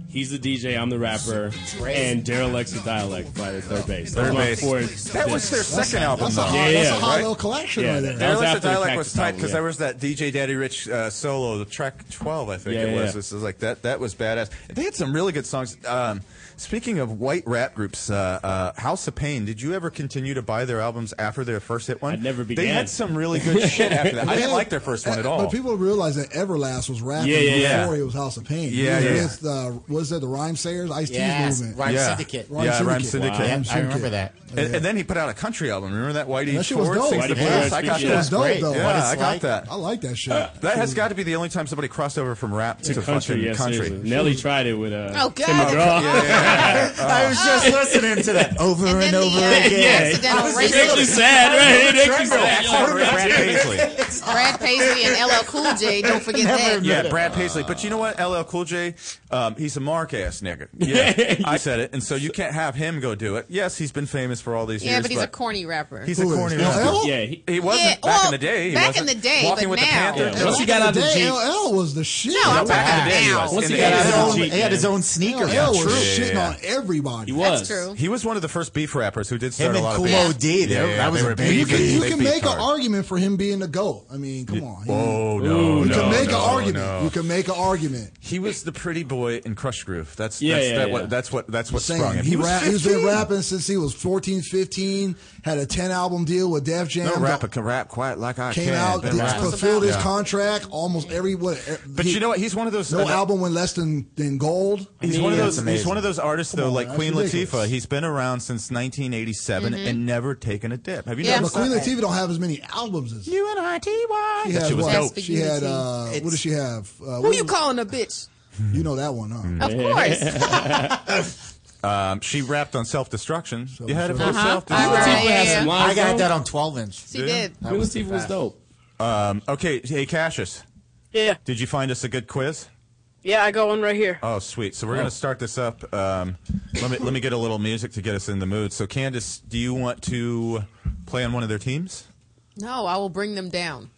E: He's the DJ, I'm the rapper,
D: Great.
E: and Derelict's the dialect by the third base.
D: Third
E: Those were my
D: Base.
E: four-
D: That was their
E: That's-
D: second album,
E: that's a
D: though.
E: hot- Yeah, that's a yeah, hot right.
G: little collection
E: Yeah,
G: right there.
E: that-
D: Dialect
E: was
D: to
E: after the
D: Dialect
E: Cactus
D: was tight
E: album,
D: because
E: yeah.
D: there was that DJ Daddy Rich uh, solo, the track 12, I think
E: Yeah,
D: it
E: yeah,
D: was.
E: yeah.
D: This is like that. That was badass. They had some really good songs. Um, speaking of white rap groups, uh, uh, House of Pain. Did you ever continue to buy their albums after their first hit one? I never
E: began.
D: They had some really good shit after that. I didn't
G: Yeah.
D: like their first one at all.
G: But people realize that Everlast was rapping
D: Yeah, yeah, yeah.
G: before he was House of Pain.
D: Yeah,
G: he was
D: yeah.
G: With, uh, was that the Rhyme Sayers, Ice T's
I: Yes,
G: movement?
I: Rhyme Yeah. Syndicate.
G: Rhyme
D: yeah,
G: Syndicate.
D: Rhyme Syndicate.
I: Wow. Yeah, I remember that.
D: And, and then he put out a country album. Remember that Whitey
G: That shit was
D: Ford
G: dope.
D: sings the
G: Yeah,
D: blues? I
G: that
D: got
G: shit
D: that.
G: was dope, though.
D: Yeah,
G: What it's
D: I got
G: like.
D: that. Uh,
G: I like that shit.
D: that has got to be the only time somebody crossed over from rap to,
E: To country,
D: fucking
E: yes,
D: country.
E: seriously. Nelly tried it with uh,
F: Oh,
E: Tim
F: God.
E: McGraw.
D: Yeah, yeah, yeah.
I: I was just listening to that over and, over again.
F: accidental
I: I was
F: rape.
I: just-
F: It makes you sad,
I: I was
F: right?
I: on
F: It
I: the
F: makes you
I: treadmill.
F: sad.
I: I heard
D: Brad
I: that.
D: Paisley.
F: Brad Paisley and LL Cool J. Don't forget that.
D: Yeah, Brad Paisley. But you know what? LL Cool J, um, he's a mark ass nigga. Yeah, I said it, and so you can't have him go do it. Yes, he's been famous for all these
F: Yeah,
D: years.
F: but he's a corny rapper.
D: He's a corny rapper.
E: Yeah, he,
D: he wasn't
F: Yeah,
D: back
F: well,
D: in the day. He
F: back
D: wasn't.
F: in the day,
D: walking
F: but
D: with
F: now-
D: the Panther.
F: Yeah, once he got out of the
G: Back in
F: Jeep-
G: LL was the shit.
F: No, I'm
D: back in
F: talking
D: the day he
F: now.
D: was.
E: Once
D: In
E: he
D: the
E: got out
D: 80s.
E: of the
I: He had his own
G: LL
I: sneaker.
G: was shitting on everybody.
D: He was.
F: That's true.
D: He was one of the first beef rappers who did start
I: Him
D: a
I: and
D: lot of
I: Kool
D: beef.
I: Moe Dee, they- that was
D: they
I: a
D: were
I: beef.
D: beefing.
G: You can, you
D: They
G: can
D: beefed
G: make an
D: hard.
G: argument for him being the GOAT. I mean, come on.
D: Whoa, no,
G: you
D: no,
G: can make
D: no,
G: an argument.
D: no.
G: You can make an argument.
D: He was the pretty boy in Crush Groove. That's
E: Yeah,
D: that's
E: yeah,
D: that,
E: yeah.
D: What, that's what that's what sprung
G: Saying
D: him.
G: he,
D: was
G: rap, he's been
D: 15.
G: rapping since he was 14, 15, had a 10 album deal with Def Jam.
D: No rap, can rap quiet like I
G: came
D: can.
G: out,
D: been
G: did,
D: rapping.
G: fulfilled his
D: Yeah.
G: contract, almost every what.
D: But you know what? He's one of those.
G: No album went less than, than gold.
D: He's one of those. He's one of those artists,
G: Come
D: though,
G: on,
D: like
G: that's
D: Queen
G: ridiculous.
D: Latifah. He's been around since 1987
G: Mhm.
D: and never taken a dip. Have you
G: yeah, but
D: noticed?
G: Queen
D: that?
G: Latifah don't have as many albums as
D: you and I. T.Y.
G: She
D: That
G: had
D: shit was
G: what?
D: dope.
G: She had uh, what does she have? Uh,
F: Who
G: what
F: you
G: was-
F: calling a bitch?
G: You know that one, huh?
D: Mm.
F: Of course.
D: um, she rapped on Self Destruction. You had it for
F: Uh-huh.
D: Self
F: All right, Latifah had yeah. some
I: I got
D: Destruction.
I: that on 12 inch.
F: She did.
I: That was the best.
D: dope. Um, okay, hey Cassius.
J: Yeah.
D: Did you find us a good quiz?
J: Yeah, I got one right here.
D: Oh, sweet. So we're going to start this up. Um, let me let me get a little music to get us in the mood. So, Candace, do you want to play on one of their teams?
F: No, I will bring them down.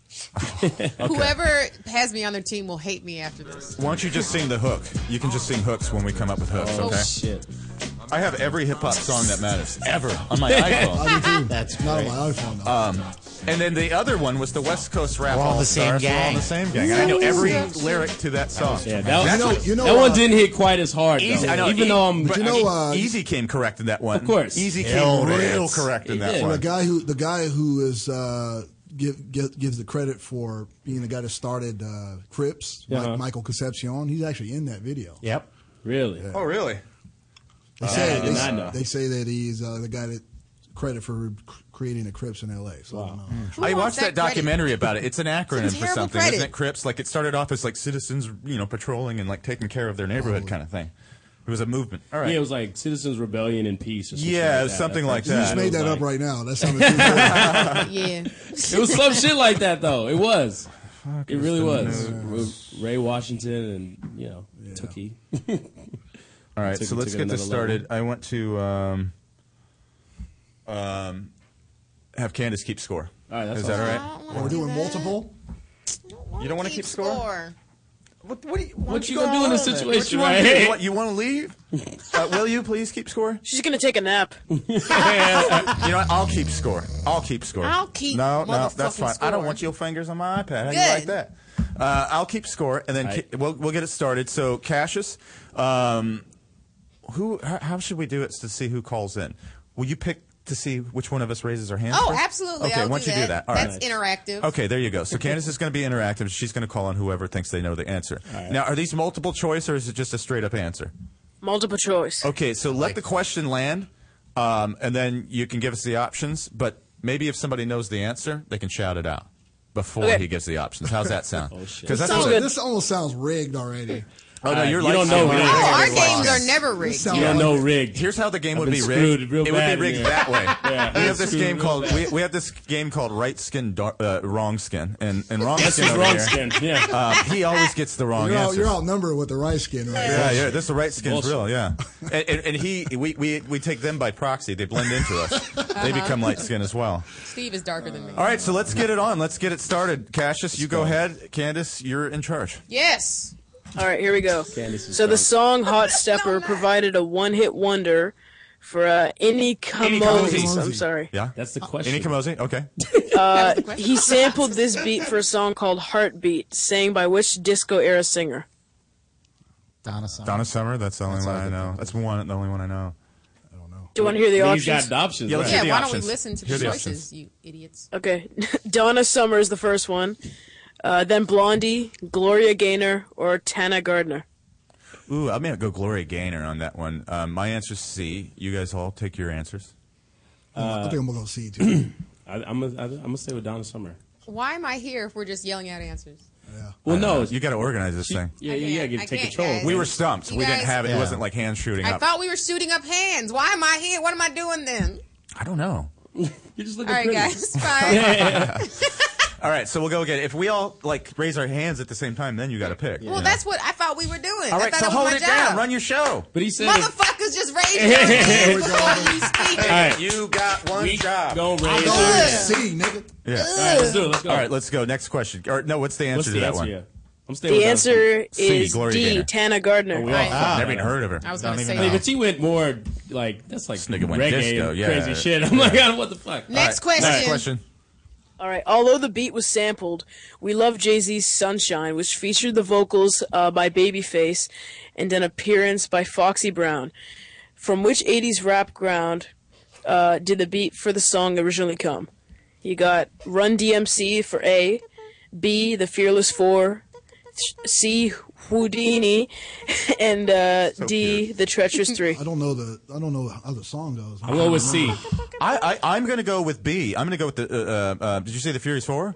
F: Whoever has me on their team will hate me after this.
D: Why don't you just sing the hook? You can just sing hooks when we come up with hooks.
F: Oh,
D: okay.
F: shit.
D: I have every hip hop song that matters ever on my iPhone.
I: That's
G: not on
I: great.
G: my iPhone.
D: Um, and then the other one was the West Coast Rap
I: We're all the
D: All-Stars.
I: same
D: We're all
I: gang.
D: the same gang. And I know
I: Yeah.
D: every
I: That was-
D: lyric to that song.
E: Yeah, that was-
D: That's
E: You know-
D: what-
E: you know, That one uh, didn't hit quite as hard, though.
D: Easy, I know,
E: Even
D: E-
E: though I'm-
D: but
E: But
D: you know,
E: you know, uh,
D: Easy came correct in that one.
E: Of course.
D: Easy came
E: Hell Oh
D: real
E: right.
D: correct in
E: He
D: that
E: did.
G: And the
D: one.
G: guy who the guy who is uh, give, give, gives the credit for being the guy that started uh, Crips, Mi-
E: Uh-huh.
G: Michael Concepcion. He's actually in that video.
I: Yep.
E: Really?
D: Oh, really?
G: They
E: Uh,
G: say,
E: I did
G: they,
E: not know.
G: they say that he's uh, the guy that credit for c- creating the Crips in L.A. So I don't know.
F: Who
D: I
F: wants
D: watched that,
F: that credit?
D: documentary about it. It's an acronym for
F: terrible
D: something,
F: credit.
D: isn't it? Crips. Like it started off as like citizens, you know, patrolling and like taking care of their neighborhood kind of thing. It was a movement. All right.
E: Oh. Yeah, it was like Citizens Rebellion and Peace. Or something
D: Yeah,
E: like that.
D: something
E: That's
D: like that.
E: what it
G: You just
E: was
G: made that
E: like.
G: up right now. That sounded too good.
F: Yeah.
E: It was some shit like that, though. It was. It
D: is
E: really
D: the
E: was. With Ray Washington and you know Tookie.
D: All right,
E: Took-
D: so let's
E: took
D: get this
E: another level.
D: started. I want to um, um, have Candace keep score.
E: All right, that's
D: Is that all
E: awesome.
D: right?
G: We're doing multiple.
D: You don't want to keep score? What, what, do you,
J: What
D: what's
J: you gonna
D: going
J: do in this
D: on there? What you
J: situation,
D: wanna
J: right?
D: do? What, you want to leave? Uh, will you please keep score?
J: She's gonna take a nap.
D: You know what? I'll keep score. I'll keep score.
J: I'll keep
D: No, no, that's fine.
J: motherfucking
D: I don't
J: score.
D: want your fingers on my iPad. How do you
J: Good.
D: like that? Uh, I'll keep score, and then
E: Right.
D: ki- we'll we'll get it started. So Cassius, um, who? How, how should we do it to see who calls in? Will you pick to see which one of us raises our hand?
F: Oh,
D: first?
F: absolutely.
D: Okay,
F: I'll
D: once
F: do
D: you do that,
F: that.
D: all right.
F: That's interactive.
D: Okay, there you go. So Candace is going to be interactive. She's going to call on whoever thinks they know the answer. Now, are these multiple choice or is it just a straight up answer?
J: Multiple choice.
D: Okay, so let the question land, um, and then you can give us the options. But maybe if somebody knows the answer, they can shout it out before
J: Okay.
D: he gives the options. How's that sound? oh shit! Because that's
G: Sounds-
D: what-
G: this almost sounds rigged already.
D: Oh no,
E: Uh,
D: you're
E: you
D: like
E: don't
D: I'm
E: know. We don't
D: like-
E: know. Oh, our
D: I'm like-
E: games
F: are never rigged.
E: You don't know rigged.
D: Here's how the game
E: I've
D: would
E: been
D: be
E: screwed
D: rigged.
E: real
D: it
E: bad
D: would
E: in
D: be rigged
E: here.
D: that way.
E: Yeah, I've
D: we
E: been
D: have this
E: screwed
D: game
E: real
D: called
E: bad.
D: we, we have this game called Right Skin Dar- uh, Wrong Skin and and Wrong
E: Yes,
D: Skin.
E: it's
D: over
E: Wrong
D: here,
E: Skin, yeah.
D: uh, he always gets the wrong
G: You're, out,
D: answers.
G: you're outnumbered with the rice skin right
D: Yeah,
G: now.
D: yeah, this is the right skin's
G: Bullshit.
D: real, yeah. And, and, and he, we, we, we take them by proxy. They blend into us. They become light skin as well.
F: Steve is darker than me.
D: All right, so let's get it on. Let's get it started. Cassius, you go, ahead. Candace, you're in charge.
F: Yes.
J: All right, here we go.
D: Candace
J: So the song "Hot Stepper" provided a one-hit wonder for uh, Any Kamozis. I'm sorry.
D: Yeah,
E: that's the question.
D: Any Kamosi? Okay.
J: Uh, he sampled this beat for a song called "Heartbeat," sang by which disco era singer?
D: Donna Summer. Donna Summer. That's the only one I know. That's one. The only one I know.
J: Do you want to hear the
D: Well,
J: options?
D: you've got the options, Yeah, let's right? hear the
F: why don't
D: options.
F: we listen to
D: Hear
F: the
D: the
F: choices,
D: options.
F: you idiots?
J: Okay, Donna Summer is the first one. Uh, then Blondie, Gloria Gaynor, or Tana Gardner.
D: Ooh, I may go Gloria Gaynor on that one. Um, my answer's C. You guys all take your answers.
G: I think I'm gonna go see too.
E: I, I'm gonna I'm gonna stay with Donna Summer.
F: Why am I here if we're just yelling out answers?
E: Well, no,
D: you got to organize this thing.
E: Oh, Yeah, yeah, yeah. Get,
F: I
E: take
F: can't,
E: control.
F: guys.
D: We were stumped.
F: You
D: we didn't
F: guys-
D: have it.
F: Yeah.
D: It wasn't like hand shooting
F: I
D: up.
F: thought we were shooting up hands. Why am I here? What am I doing then?
D: I don't know.
E: You're just
F: All
E: looking
F: right,
E: pretty.
F: guys. Fine.
D: all right, so we'll go again. If we all like raise our hands at the same time, then you got to pick.
F: Well, that's what I thought we were doing.
D: all
F: I
D: right.
F: thought
D: So
F: that was
D: hold
F: my
D: it
F: job.
D: down. Run your show.
E: But he said.
F: Motherfuckers just raised their hands before we speak.
D: You got one job.
E: Go raise.
F: I'm going to see,
G: nigga.
D: Yeah.
F: All right, let's
E: do it. Let's go.
D: All right, let's go. Next question. Or no, what's the answer
E: What's
D: to
E: the
D: that
E: answer?
D: one?
E: Yeah. I'm staying
J: The
E: with Donna
J: answer
D: Summer. C,
J: is
D: Gloria
J: D.
D: Gaynor.
J: Tana Gardner.
E: we all Right. thought-
D: Never even heard of her.
E: I was
D: Don't
E: gonna
D: even
E: Wait,
D: know.
E: but she went more like that's like
D: nigga went
E: reggae
D: disco,
E: and
D: yeah.
E: crazy shit. I'm
D: Yeah.
E: like, God, what the fuck?
J: Next
D: All right,
J: question.
D: Next question.
J: All right. Although the beat was sampled, we love Jay Z's "Sunshine," which featured the vocals uh, by Babyface and an appearance by Foxy Brown. From which '80s rap ground uh, did the beat for the song originally come? You got Run DMC for A, B The Fearless Four, C Houdini, and uh, D The Treacherous Three.
G: I don't know the I don't know how the song goes.
D: I'm going with C. I, I I'm gonna go with B. I'm gonna go with the. Uh, uh, uh, did you say the Furious Four?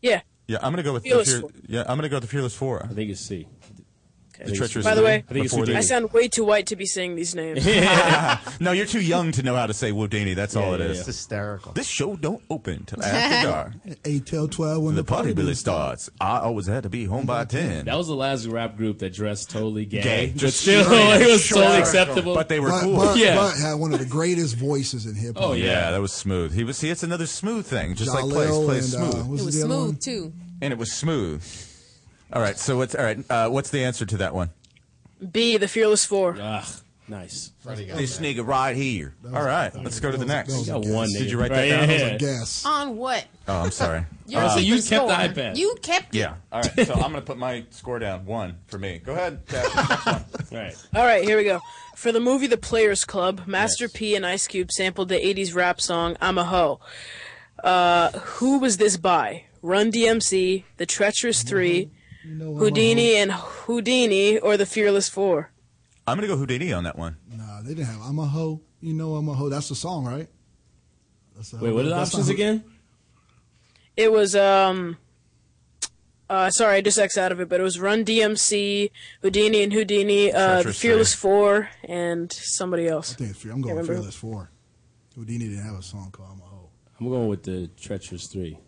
J: Yeah.
D: Yeah, I'm gonna go with
J: Fearless
D: the Fur-
J: Four.
D: Yeah, I'm gonna go with the Fearless Four. I
E: think it's C.
D: The treacherous.
J: By the
D: Three
J: way,
E: I think it's
D: before
E: Houdini.
J: I
D: the-
J: sound way too white to be saying these names.
D: no, you're too young to know how to say Houdini. That's all it is.
I: It's hysterical.
D: This show don't open till after dark.
G: Eight till twelve when the,
D: The party really starts. I always had to be home by ten.
E: That was the last rap group that dressed totally gay.
D: Gay.
E: But
D: Just
E: still,
D: straight
E: it was
D: up.
E: totally
D: Sure.
E: acceptable.
D: But they were
G: But,
D: cool.
G: but,
D: Yeah.
G: but had one of the greatest voices in hip hop.
D: yeah. that was smooth. He was. See, it's another smooth thing, just like plays
G: Jalil
D: plays
G: and, uh,
D: smooth,
G: what's
F: It was
G: the other one?
F: smooth, too.
D: and it was smooth. All right, so what's all right? Uh, what's the answer to that one?
J: B The Fearless Four.
E: Ugh, Ah, nice.
D: This nigga right here. All right, let's go to the next.
E: was a guess. one
D: Did
E: nigga.
D: you write
E: Right,
D: that down?
E: yeah, yeah. That was a
J: Uh,
G: guess.
F: On what?
D: Oh, I'm sorry.
F: You're
D: Um,
F: keeping score. You kept.
D: Yeah. All right. So I'm gonna put my score down. One for me. Go ahead.
E: right.
J: All right, here we go. For the movie The Players Club, Master P and Ice Cube sampled the 80s rap song I'm a Ho. Uh, who was this by? Run DMC, The Treacherous Three,
G: I'm a
J: Houdini and Houdini, or The Fearless Four?
D: I'm gonna go Houdini on that one.
G: Nah, they didn't have. I'm a hoe. You know, I'm a hoe. That's the song, right? That's
E: Wait, what are the
G: that's not
E: options
G: who-
E: again?
J: It was, um, uh, sorry, I just X out of it, but it was Run DMC, Houdini and Houdini, uh, The
G: Treacherous Three.
J: Fearless Four, and somebody else.
G: I think it's Fear. I'm going
J: Can't remember.
G: Fearless Four. Houdini didn't have a song called "I'm a Hoe."
E: I'm going with the treacherous three.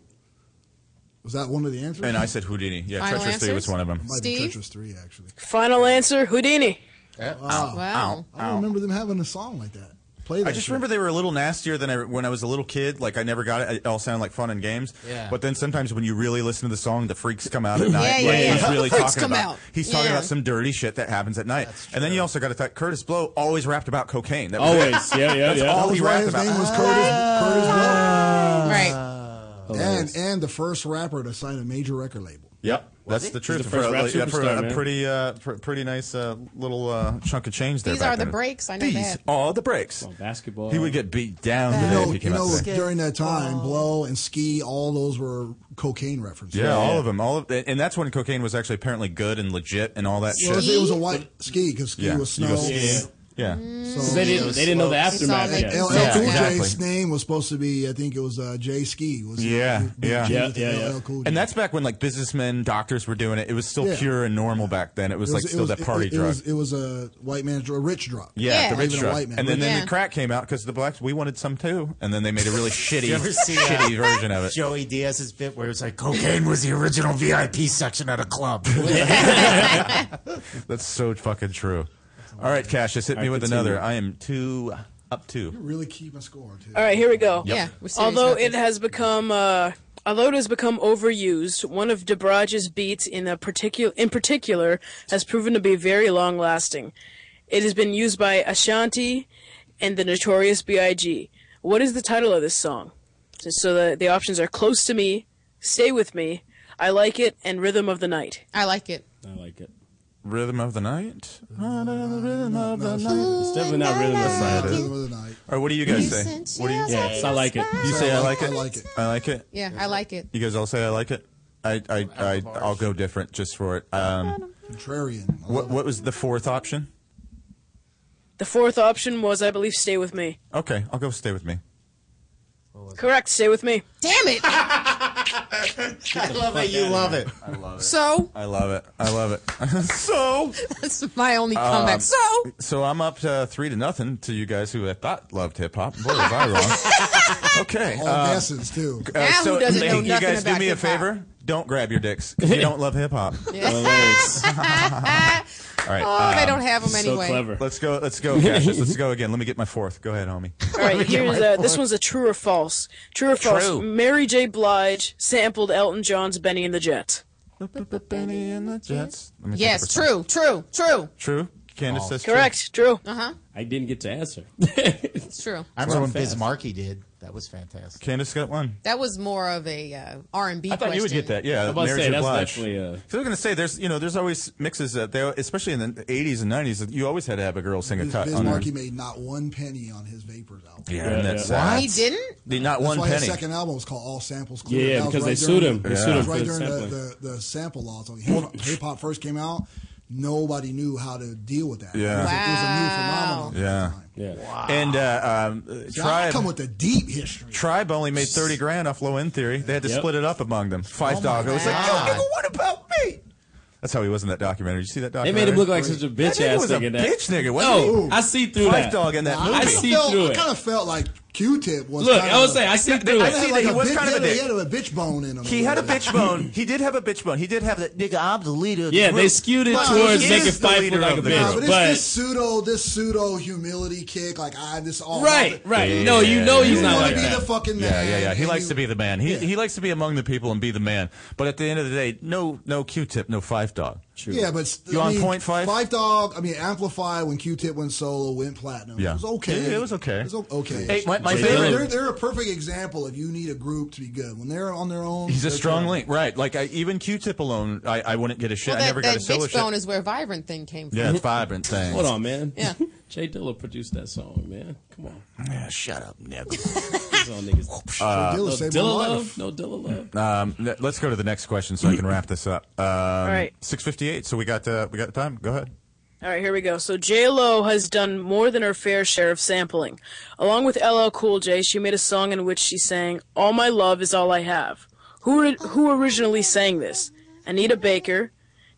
G: Was that one of the answers?
D: And I said Houdini. Yeah,
G: Final
D: Treacherous Three was
G: answers?
D: one of them.
G: Might be Treacherous Three actually.
J: Final answer Houdini.
G: Wow.
J: Wow.
G: I don't remember them having a song like that. play that.
D: I just
G: shit.
D: remember they were a little nastier than I, when I was a little kid. Like I never got it. It all sounded like fun and games.
G: Yeah.
D: But then sometimes when you really listen to the song, the freaks come out at night.
P: yeah,
D: like
P: yeah.
D: He's really
P: Freaks
D: talking
P: come
D: about.
P: out.
D: He's talking
P: Yeah.
D: about some dirty shit that happens at night. And then you also got to talk. Curtis Blow always rapped about cocaine. That was it.
E: Always. Yeah, yeah,
D: That's
E: yeah.
D: all
E: That was
D: he
E: why
D: rapped
E: his
D: about.
E: name was
G: Curtis Blow. And
D: Hilarious.
G: and the first rapper to sign a major record label.
D: Yep,
G: Was
D: that's
G: he?
D: the truth.
G: He's the first
D: for,
G: rap
D: a- yeah, for
G: superstar,
D: a,
G: man.
D: pretty, uh, pr- pretty nice uh, little uh, chunk of change there.
F: These
D: back
F: are the
D: then.
F: breaks, I know
D: These
F: that.
D: are the breaks.
E: basketball.
D: He would get beat down
G: You
D: today
G: know,
D: if he
G: you
D: came out
G: know
D: today.
G: during that time, Blow and Ski, all those were cocaine references.
D: Yeah, all of them. All of, and that's when cocaine was actually apparently good and legit and all that
G: Well,
D: shit.
G: it was a white ski because ski
D: Yeah,
G: was
D: you
G: snow.
D: go ski. Yeah.
G: Mm.
E: They didn't- they didn't know the It's all aftermath like- yet.
G: L-
D: Yeah,
G: L Cool J's
D: exactly.
G: name was supposed to be, I think it was uh, J Ski. Was
D: Yeah,
G: Big
D: yeah,
G: G with the LL Cool J.
D: And that's back when like businessmen, doctors were doing it. It was still
G: Yeah.
D: pure and normal back then. It was, like still that party
G: it,
D: drug.
G: It was, it was a white man's drug, a rich drug.
D: yeah, the
G: Not
D: rich
G: even a
D: drug.
G: white man.
D: and then,
G: Rich-
D: then the crack came out because the blacks we wanted some too, and then they made a really shitty,
I: Did you ever see, uh,
D: shitty version of it.
I: Joey Diaz's bit where it's like cocaine was the original VIP section at a club.
D: That's so fucking true. All right, Cassius, hit
I: All
D: me
I: right,
D: with
I: continue.
D: another. I am two up
G: You
D: two.
G: really keep a score too.
J: All right, here we go.
D: Yep. Yeah, we're serious
J: although
D: about
J: it has become, uh, although it has become overused, one of DeBrage's beats in a particular, in particular, has proven to be very long lasting. It has been used by Ashanti and the Notorious B.I.G. What is the title of this song? So- So the the options are "Close to Me," "Stay with Me," "I Like It," and "Rhythm of the Night."
F: I like it.
E: I like it.
D: Rhythm of the night.
E: It's definitely not rhythm of the night.
D: All right, what do you guys say? What do you?
E: Yes, I like it.
D: You say I like it.
G: I like it.
D: I like it.
F: Yeah, I like it.
D: You guys all say I like it. I I I I'll go different just for it. Um,
G: Contrarian.
D: what what was the fourth option?
J: The fourth option was, I believe, "Stay with Me."
D: Okay, I'll go stay with me.
J: Correct. Stay with me.
F: Damn it!
I: I love it. You love it.
D: I love
F: So
D: I love it. I love it. so
F: that's my only comeback.
D: Um,
F: so
D: so I'm up to three to nothing to you guys who I thought loved hip hop. Boy, was I wrong. Okay.
G: All
D: uh,
G: guesses too.
D: uh, so hey, you guys do me a favor. Don't grab your dicks. if you don't love hip hop. All right.
F: Oh, they don't have 'em So anyway. clever.
D: Let's go. Let's go, Cassius. Let's go again. Let me get my fourth. Go ahead, homie.
J: All right, here's uh, this one's a true or false. True or false?
D: True.
J: Mary J. Blige sampled Elton John's "Benny and the Jets."
D: Benny and the Jets.
F: Yes, true, true, true.
D: True. Candace
I: False.
D: says true.
J: Correct. True.
F: Uh huh.
E: I didn't get to answer.
F: It's true.
I: I remember when
D: Fast.
I: Biz Markie did. That was fantastic.
D: Candace got one.
F: That was more of a uh, R and B.
D: I thought
F: question.
D: you would get that. Yeah,
E: I'm about to
D: Mary
E: say,
D: J.
E: that's
D: Blige.
E: definitely, uh,
D: 'Cause I was going to say, there's you know, there's always mixes that they, especially in the 80s and 90s, that you always had to have a girl sing a
G: Biz,
D: cut.
G: Biz
D: on her.
G: Markie made not one penny on his vapors album.
D: Yeah, and that's
G: yeah.
D: sad.
G: He
F: didn't?
D: The- not
G: That's
D: one
G: why
D: penny.
G: His second album was called All Samples Clear.
D: Yeah,
G: That was
D: because they
G: right
D: sued
G: during-
D: him. They
G: that
D: sued
G: was
D: him
G: right
D: for
G: during
D: sampling.
G: the, the, the sample laws. When hip- hip hop first came out, nobody knew how to deal with that.
D: Yeah.
G: It was, a- it was a new phenomenon.
D: Yeah.
E: Yeah.
D: And uh, um, uh,
G: See, I
D: Tribe
G: come with the deep history.
D: Tribe only made 30 grand off Low End Theory. They had to
G: Yep.
D: split it up among them. Five
G: Oh my
D: dog. It was like,
G: God.
D: yo, nigga, what about me? That's how he was in that documentary. Did you see that
E: They
D: documentary?
E: made him look like such a
D: That
E: bitch
D: nigga
E: ass
D: was a
E: nigga. that-
D: bitch nigga, wasn't
E: No,
D: he?
E: I see through
D: Five
E: that.
D: dog in that
E: I
D: movie.
E: see
G: felt,
E: through it.
G: I kind of felt like Q-Tip was.
E: Look,
G: kind
E: I would
G: of-
E: say I see
G: Kinda
E: through
G: had
E: it. I see
G: like
E: that he was
G: bitch-
E: kind of
G: he
E: a
G: had
E: dick.
G: He had a bitch bone in him.
D: He had a bitch bone. He did have a bitch bone. He did have that nigga. I'm the leader. Of the
E: Yeah,
D: group.
E: they skewed it
D: Well,
E: towards
D: he
E: making
D: is the
E: fight
D: leader
E: look like
D: of
E: a
D: the
E: bitch,
D: group.
G: But it's
E: but-
G: this pseudo, this pseudo humility kick. Like I, this all
E: Right, right. No, you know he's not
G: wanna
E: like
G: be
E: that.
G: the fucking
D: Yeah,
G: man.
D: yeah, yeah. He
G: and
D: likes
G: you-
D: to be the man. He
G: Yeah.
D: he likes to be among the people and be the man. But at the end of the day, no no Q-tip, no five dog.
G: Yeah, but st-
D: you
G: I
D: on
G: mean,
D: point five?
G: Five Dog. I mean, Amplify when Q-Tip went solo went platinum.
D: Yeah.
G: it was okay.
D: Yeah, it was okay.
G: It was o- okay.
D: Hey, my- my
G: They're-
D: favorite-
G: They're, they're a perfect example of you need a group to be good when they're on their own.
D: He's a
G: they're
D: strong
G: good.
D: link, right? Like I, even Q-tip alone, I, I wouldn't get a shit.
F: Well,
D: I
F: that,
D: never
F: that
D: got a solo
F: bitch bone
D: shit.
F: is where vibrant thing came from.
D: Yeah, it's vibrant thing.
E: Hold on, man.
F: Yeah.
E: Jay Dilla produced that song, man. Come on.
D: Yeah, shut up, nigga.
E: These all niggas.
D: Uh,
E: no
D: Dilla
E: Dilla
D: saved my
E: love.
D: life.
E: No Dilla love.
D: Um, n- let's go to the next question so I can wrap this up. Um, All
J: right.
D: Six fifty-eight. So we got uh, we got time. Go ahead.
J: All right, here we go. So J Lo has done more than her fair share of sampling. Along with LL Cool J, she made a song in which she sang "All My Love Is All I Have." Who ri- who originally sang this? Anita Baker,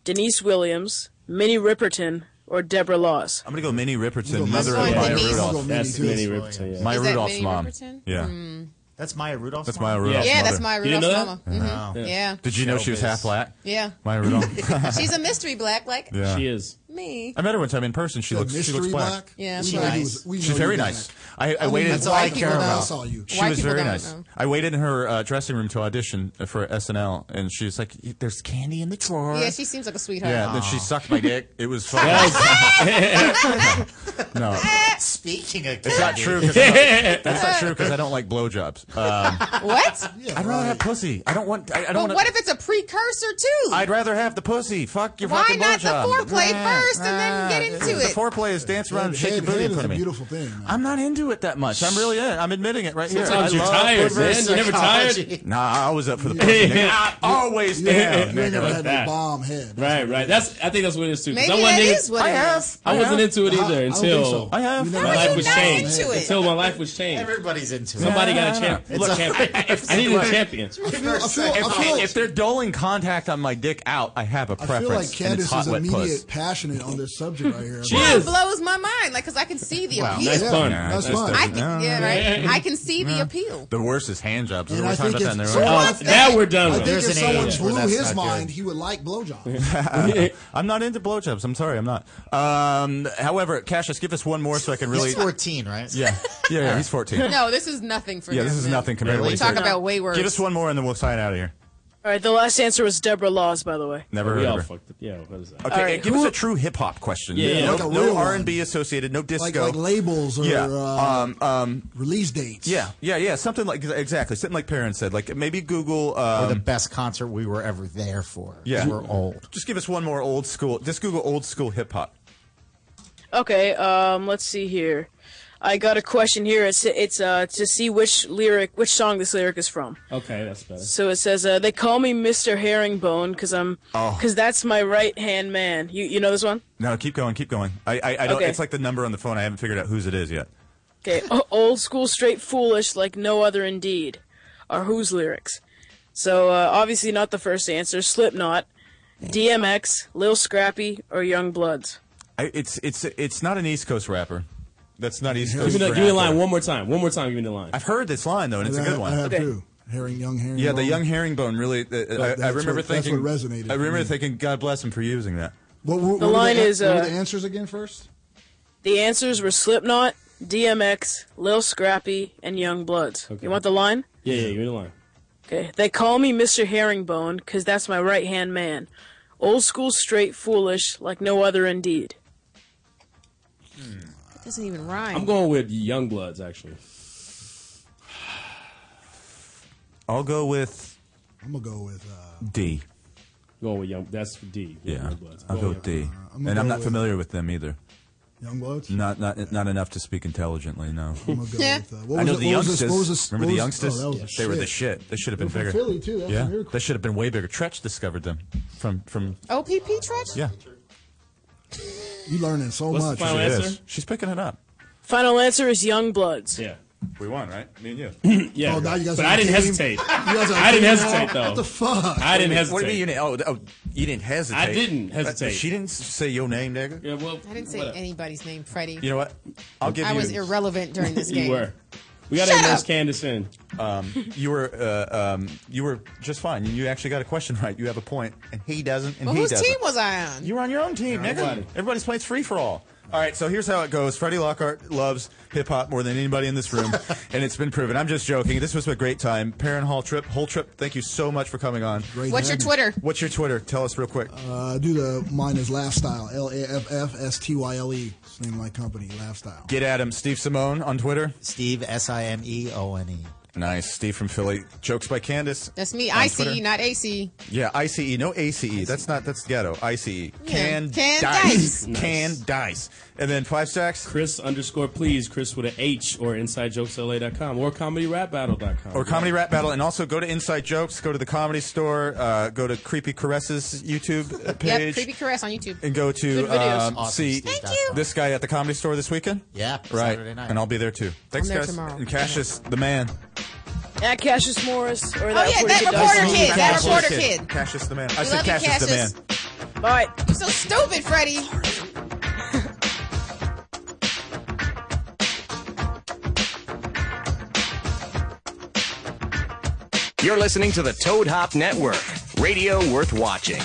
J: Denise Williams, Minnie Riperton, or Deborah Laws?
D: I'm gonna go Minnie Riperton, mother of
J: Minnie.
D: Maya
J: I'm gonna go
D: Rudolph.
J: Minnie, That's too. Minnie
E: Riperton, yeah.
D: Maya
J: Is that
D: Rudolph's
J: Minnie
D: mom.
J: Riperton?
D: Yeah.
I: That's Maya Rudolph.
D: That's Maya Rudolph's
F: Hmm. Yeah, that's
D: mother.
F: Maya You didn't know Rudolph's that? mama. Mhm.
D: Wow.
F: Yeah.
D: Did you know she was
F: Showbiz.
D: half black?
F: Yeah.
D: Maya Rudolph.
F: She's a mystery black, like
D: Yeah. She
E: is.
F: me.
D: I met her one time in person. She looks she looks
F: mystery
D: black.
F: black? Yeah.
D: She's
F: We know you was- we know
D: She's
F: you
D: very
F: black.
D: nice. I, I
F: Oh,
D: waited.
F: that's all I White care people about. don't saw you.
D: She
F: White
D: was
F: people
D: very
F: don't
D: nice.
F: know.
D: I waited in her uh, dressing room to audition for SNL, and she was like, "There's candy in the drawer."
F: Yeah, she seems like a sweetheart. Ah!
D: Yeah, and then she sucked my dick. It was fun. no,
I: Speaking of
D: it's not
I: candy.
D: true. 'cause I don't- That's not true because I don't like blowjobs. Um,
F: What?
D: I'd rather have pussy. I don't want. I, I don't
F: but
D: wanna-
F: what if it's a precursor too?
D: I'd rather have the pussy. Fuck your
F: Why
D: fucking
F: not the
D: blowjob.
F: foreplay
D: Nah,
F: first and then get
D: nah.
F: into
D: the
F: it?
D: foreplay is dance around, and shake your booty in front of me.
G: beautiful thing.
D: I'm not into it that much. I'm really in. it. I'm admitting it right here.
G: Sometimes
D: I
G: you're
D: love
G: tired,
D: perverse
G: man. You're never tired?
D: psychology. Nah, I was up for the pussy. nigga. I always
G: You ain't
D: down.
G: never- you ain't
D: nigga.
G: never
D: Like
G: had
D: that.
G: no bomb head.
E: Right, right. That's I think that's what it is too. 'cause
F: Maybe
E: I wasn't
F: that
E: in-
F: is what it I have. is.
E: I
F: I
E: wasn't
F: have.
E: into it
F: I- I
E: either
F: don't think
E: until
F: so. I have.
E: My
F: How are
E: life
F: you
E: was
F: not
E: changed.
F: into it?
E: Until my life was changed.
I: Everybody's into
E: Somebody
I: it.
E: got a champ.
I: It's
E: Look,
I: a-
E: champion. I need a champion.
G: I feel- I feel- I
D: If,
G: feel-
D: if they're doling contact on my dick out, I have a
G: I
D: preference.
G: feel like
D: and it's
G: Candace
D: hot,
G: is
D: wet
G: immediate
D: puss.
G: passionate on this subject right here.
D: She is.
F: It blows my mind, like, cause I can see the appeal.
G: nice pun.
D: Yeah,
G: Nice
D: that's
G: pun.
D: the-
G: I can-
D: no.
F: Yeah, right. I can see the
D: Yeah.
F: appeal.
D: The worst is hand jobs.
G: And
D: We're
G: I
D: talking
G: think
D: about that in the
G: it's-
D: room.
G: so Oh, what's
E: that we're done
G: I
E: with.
G: think if someone blew his mind, he would like blowjobs.
D: I'm not into blowjobs. I'm sorry, I'm not. Um, however, Cassius, give us one more so I can really.
F: He's
I: 14, right?
D: Yeah, yeah, yeah. He's 14.
F: No, this is nothing for
D: yeah,
F: him.
D: this is nothing compared
F: We
D: to what
F: talk
D: he said.
F: about way worse.
D: Give us one more and then we'll sign out of here.
J: All right, the last answer was Deborah Laws, by the way.
D: Never
E: We
D: heard
E: all
D: of her.
E: fucked it. Yeah. what is that?
D: Okay,
J: All right,
D: give
J: who-
D: us a true hip hop question.
E: Yeah, yeah.
D: no,
E: Like a
D: no
E: real
D: R and B associated, no disco,
G: Like, like labels or
D: yeah,
G: uh,
D: um, um,
G: release dates.
D: yeah, yeah, yeah, something like exactly something like parents said. Like maybe Google um,
I: or the best concert we were ever there for.
D: Yeah,
I: We're old.
D: Just give us one more old school. Just Google old school hip hop.
J: Okay, um, let's see here. I got a question here. It's it's uh to see which lyric, which song this lyric is from.
E: Okay, that's better.
J: So it says uh, they call me Mr. Herringbone because I'm
D: Oh.
J: because that's my right hand man. You you know this one?
D: No, keep going, keep going. I, I, I don't.
J: Okay.
D: It's like the number on the phone. I haven't figured out whose it is yet.
J: Okay, O- old school, straight foolish, like no other indeed, are whose lyrics? So uh, obviously not the first answer. Slipknot, DMX, Lil Scrappy, or Young Bloods.
D: I, it's it's it's not an East Coast rapper. That's not East Coast.
E: Give me, the, give
D: rapper.
E: me the line one more time. One more time. Give me the line.
D: I've heard this line though, and it's a
G: I-
D: good one.
G: I have too. Herring, young herring.
D: Yeah, the
G: bone.
D: young herringbone really. Uh, I,
G: that's
D: I remember
G: what- that's
D: thinking.
G: what resonated
D: I remember
G: with me.
D: thinking. God bless him for using that.
G: What, what,
J: The
G: what were
J: line
G: the,
J: is,
G: what were
J: uh,
G: the answers again first?
J: The answers were Slipknot, DMX, Lil Scrappy, and Young Bloods. You want the line?
E: Yeah, yeah. Give me the line.
J: Okay. They call me Mr. Herringbone because that's my right hand man. Old school, straight, foolish, like no other indeed.
F: It doesn't even rhyme.
E: I'm going with Young Bloods actually.
D: I'll go with
G: I'm gonna go with. Uh,
D: D.
E: Going with Young. That's D.
D: Yeah,
E: Young Bloods.
D: I'll go with D.
G: I'm gonna
D: and I'm
G: go
D: not
G: with-
D: familiar with them either.
G: Young Bloods?
D: Not not not enough to speak intelligently. No.
G: I'm gonna go with, uh, what
D: I know
G: was it-
D: the
G: what was
D: youngsters.
G: this- what was this-
D: remember
G: what
D: the
G: was-
D: youngsters?
G: oh, that was
D: they
G: the
D: were the
G: shit.
D: shit. They should have been
G: They're
D: bigger.
G: from Philly, too. That's a
D: yeah,
G: miracle.
D: they should have been way bigger. Tretch discovered them from from.
F: OPP Tretch?
D: Yeah,
G: You learning so
D: What's the
G: much.
D: final She answer? is. She's picking it up.
J: Final answer is Young Bloods.
E: Yeah.
D: we won, right? Me and you.
E: Yeah.
G: Oh, now you guys
E: but
G: have
E: I
G: a
E: didn't
G: team.
E: hesitate.
G: You guys have a
E: I didn't
G: team
E: hesitate
G: now?
E: though.
G: What the fuck?
E: I didn't hesitate.
D: What do you mean? You didn't, oh, oh, you didn't hesitate.
E: I didn't hesitate.
D: Uh, She didn't s- say your name, nigga.
E: Yeah, well,
F: I didn't say anybody's name, Freddie.
D: You know what? I'll give
F: I
D: you.
F: was irrelevant during this game.
E: You were. We got to
F: Shut
E: immerse
F: up.
E: Candace in.
D: um, you were uh, um, you were just fine. You actually got a question right. You have a point, and he doesn't, and
F: Well,
D: he
F: whose
D: doesn't.
F: team was I on?
D: You were on your own team, nigga.
E: Nobody.
D: Everybody's playing free for all. All right, so here's how it goes. Freddie Lockhart loves hip hop more than anybody in this room, and it's been proven. I'm just joking. This was a great time. Parent Hall Trip, Whole Trip, thank you so much for coming on.
G: Great What's your having Twitter?
D: What's your Twitter? Tell us real quick.
G: Uh, do the mine is Laugh Style. L A F F S T Y L E. It's the name of my company, Laugh Style.
D: Get at him, Steve Simone on Twitter.
I: Steve S I M E O N E.
D: Nice, Steve from Philly. Jokes by Candace.
F: That's me.
D: on
F: I
D: Twitter.
F: see, not AC.
D: Yeah, ICE, no ACE.
G: E.
D: That's not that's ghetto. ICE. Can,
F: Can
D: dice.
F: dice.
D: Can dice. And then five stacks.
E: Chris underscore please, Chris with a H or InsideJokesLA.com or ComedyRapBattle.com.
D: Or comedy rap battle, and also go to Inside Jokes, go to the comedy store, uh, go to Creepy Caresses YouTube uh, page,
F: Yep, Creepy Caress on YouTube.
D: and go
F: Good
D: to
F: videos.
D: um, see this guy at the comedy store this weekend.
I: Yeah,
D: right.
I: Saturday night.
D: And I'll be there too. Thanks,
J: I'm there
D: guys.
J: tomorrow.
D: And Cassius, the man.
J: At Cassius Morris or that
F: Oh, yeah,
J: reporter
F: that
J: kid does.
F: reporter
D: Cassius
F: kid, that reporter kid.
D: Cassius, the man. I
F: We
D: said
F: love you,
D: Cassius, the man.
F: Cassius.
J: All right.
F: You're so stupid, Freddie.
A: You're listening to the Toad Hop Network, radio worth watching.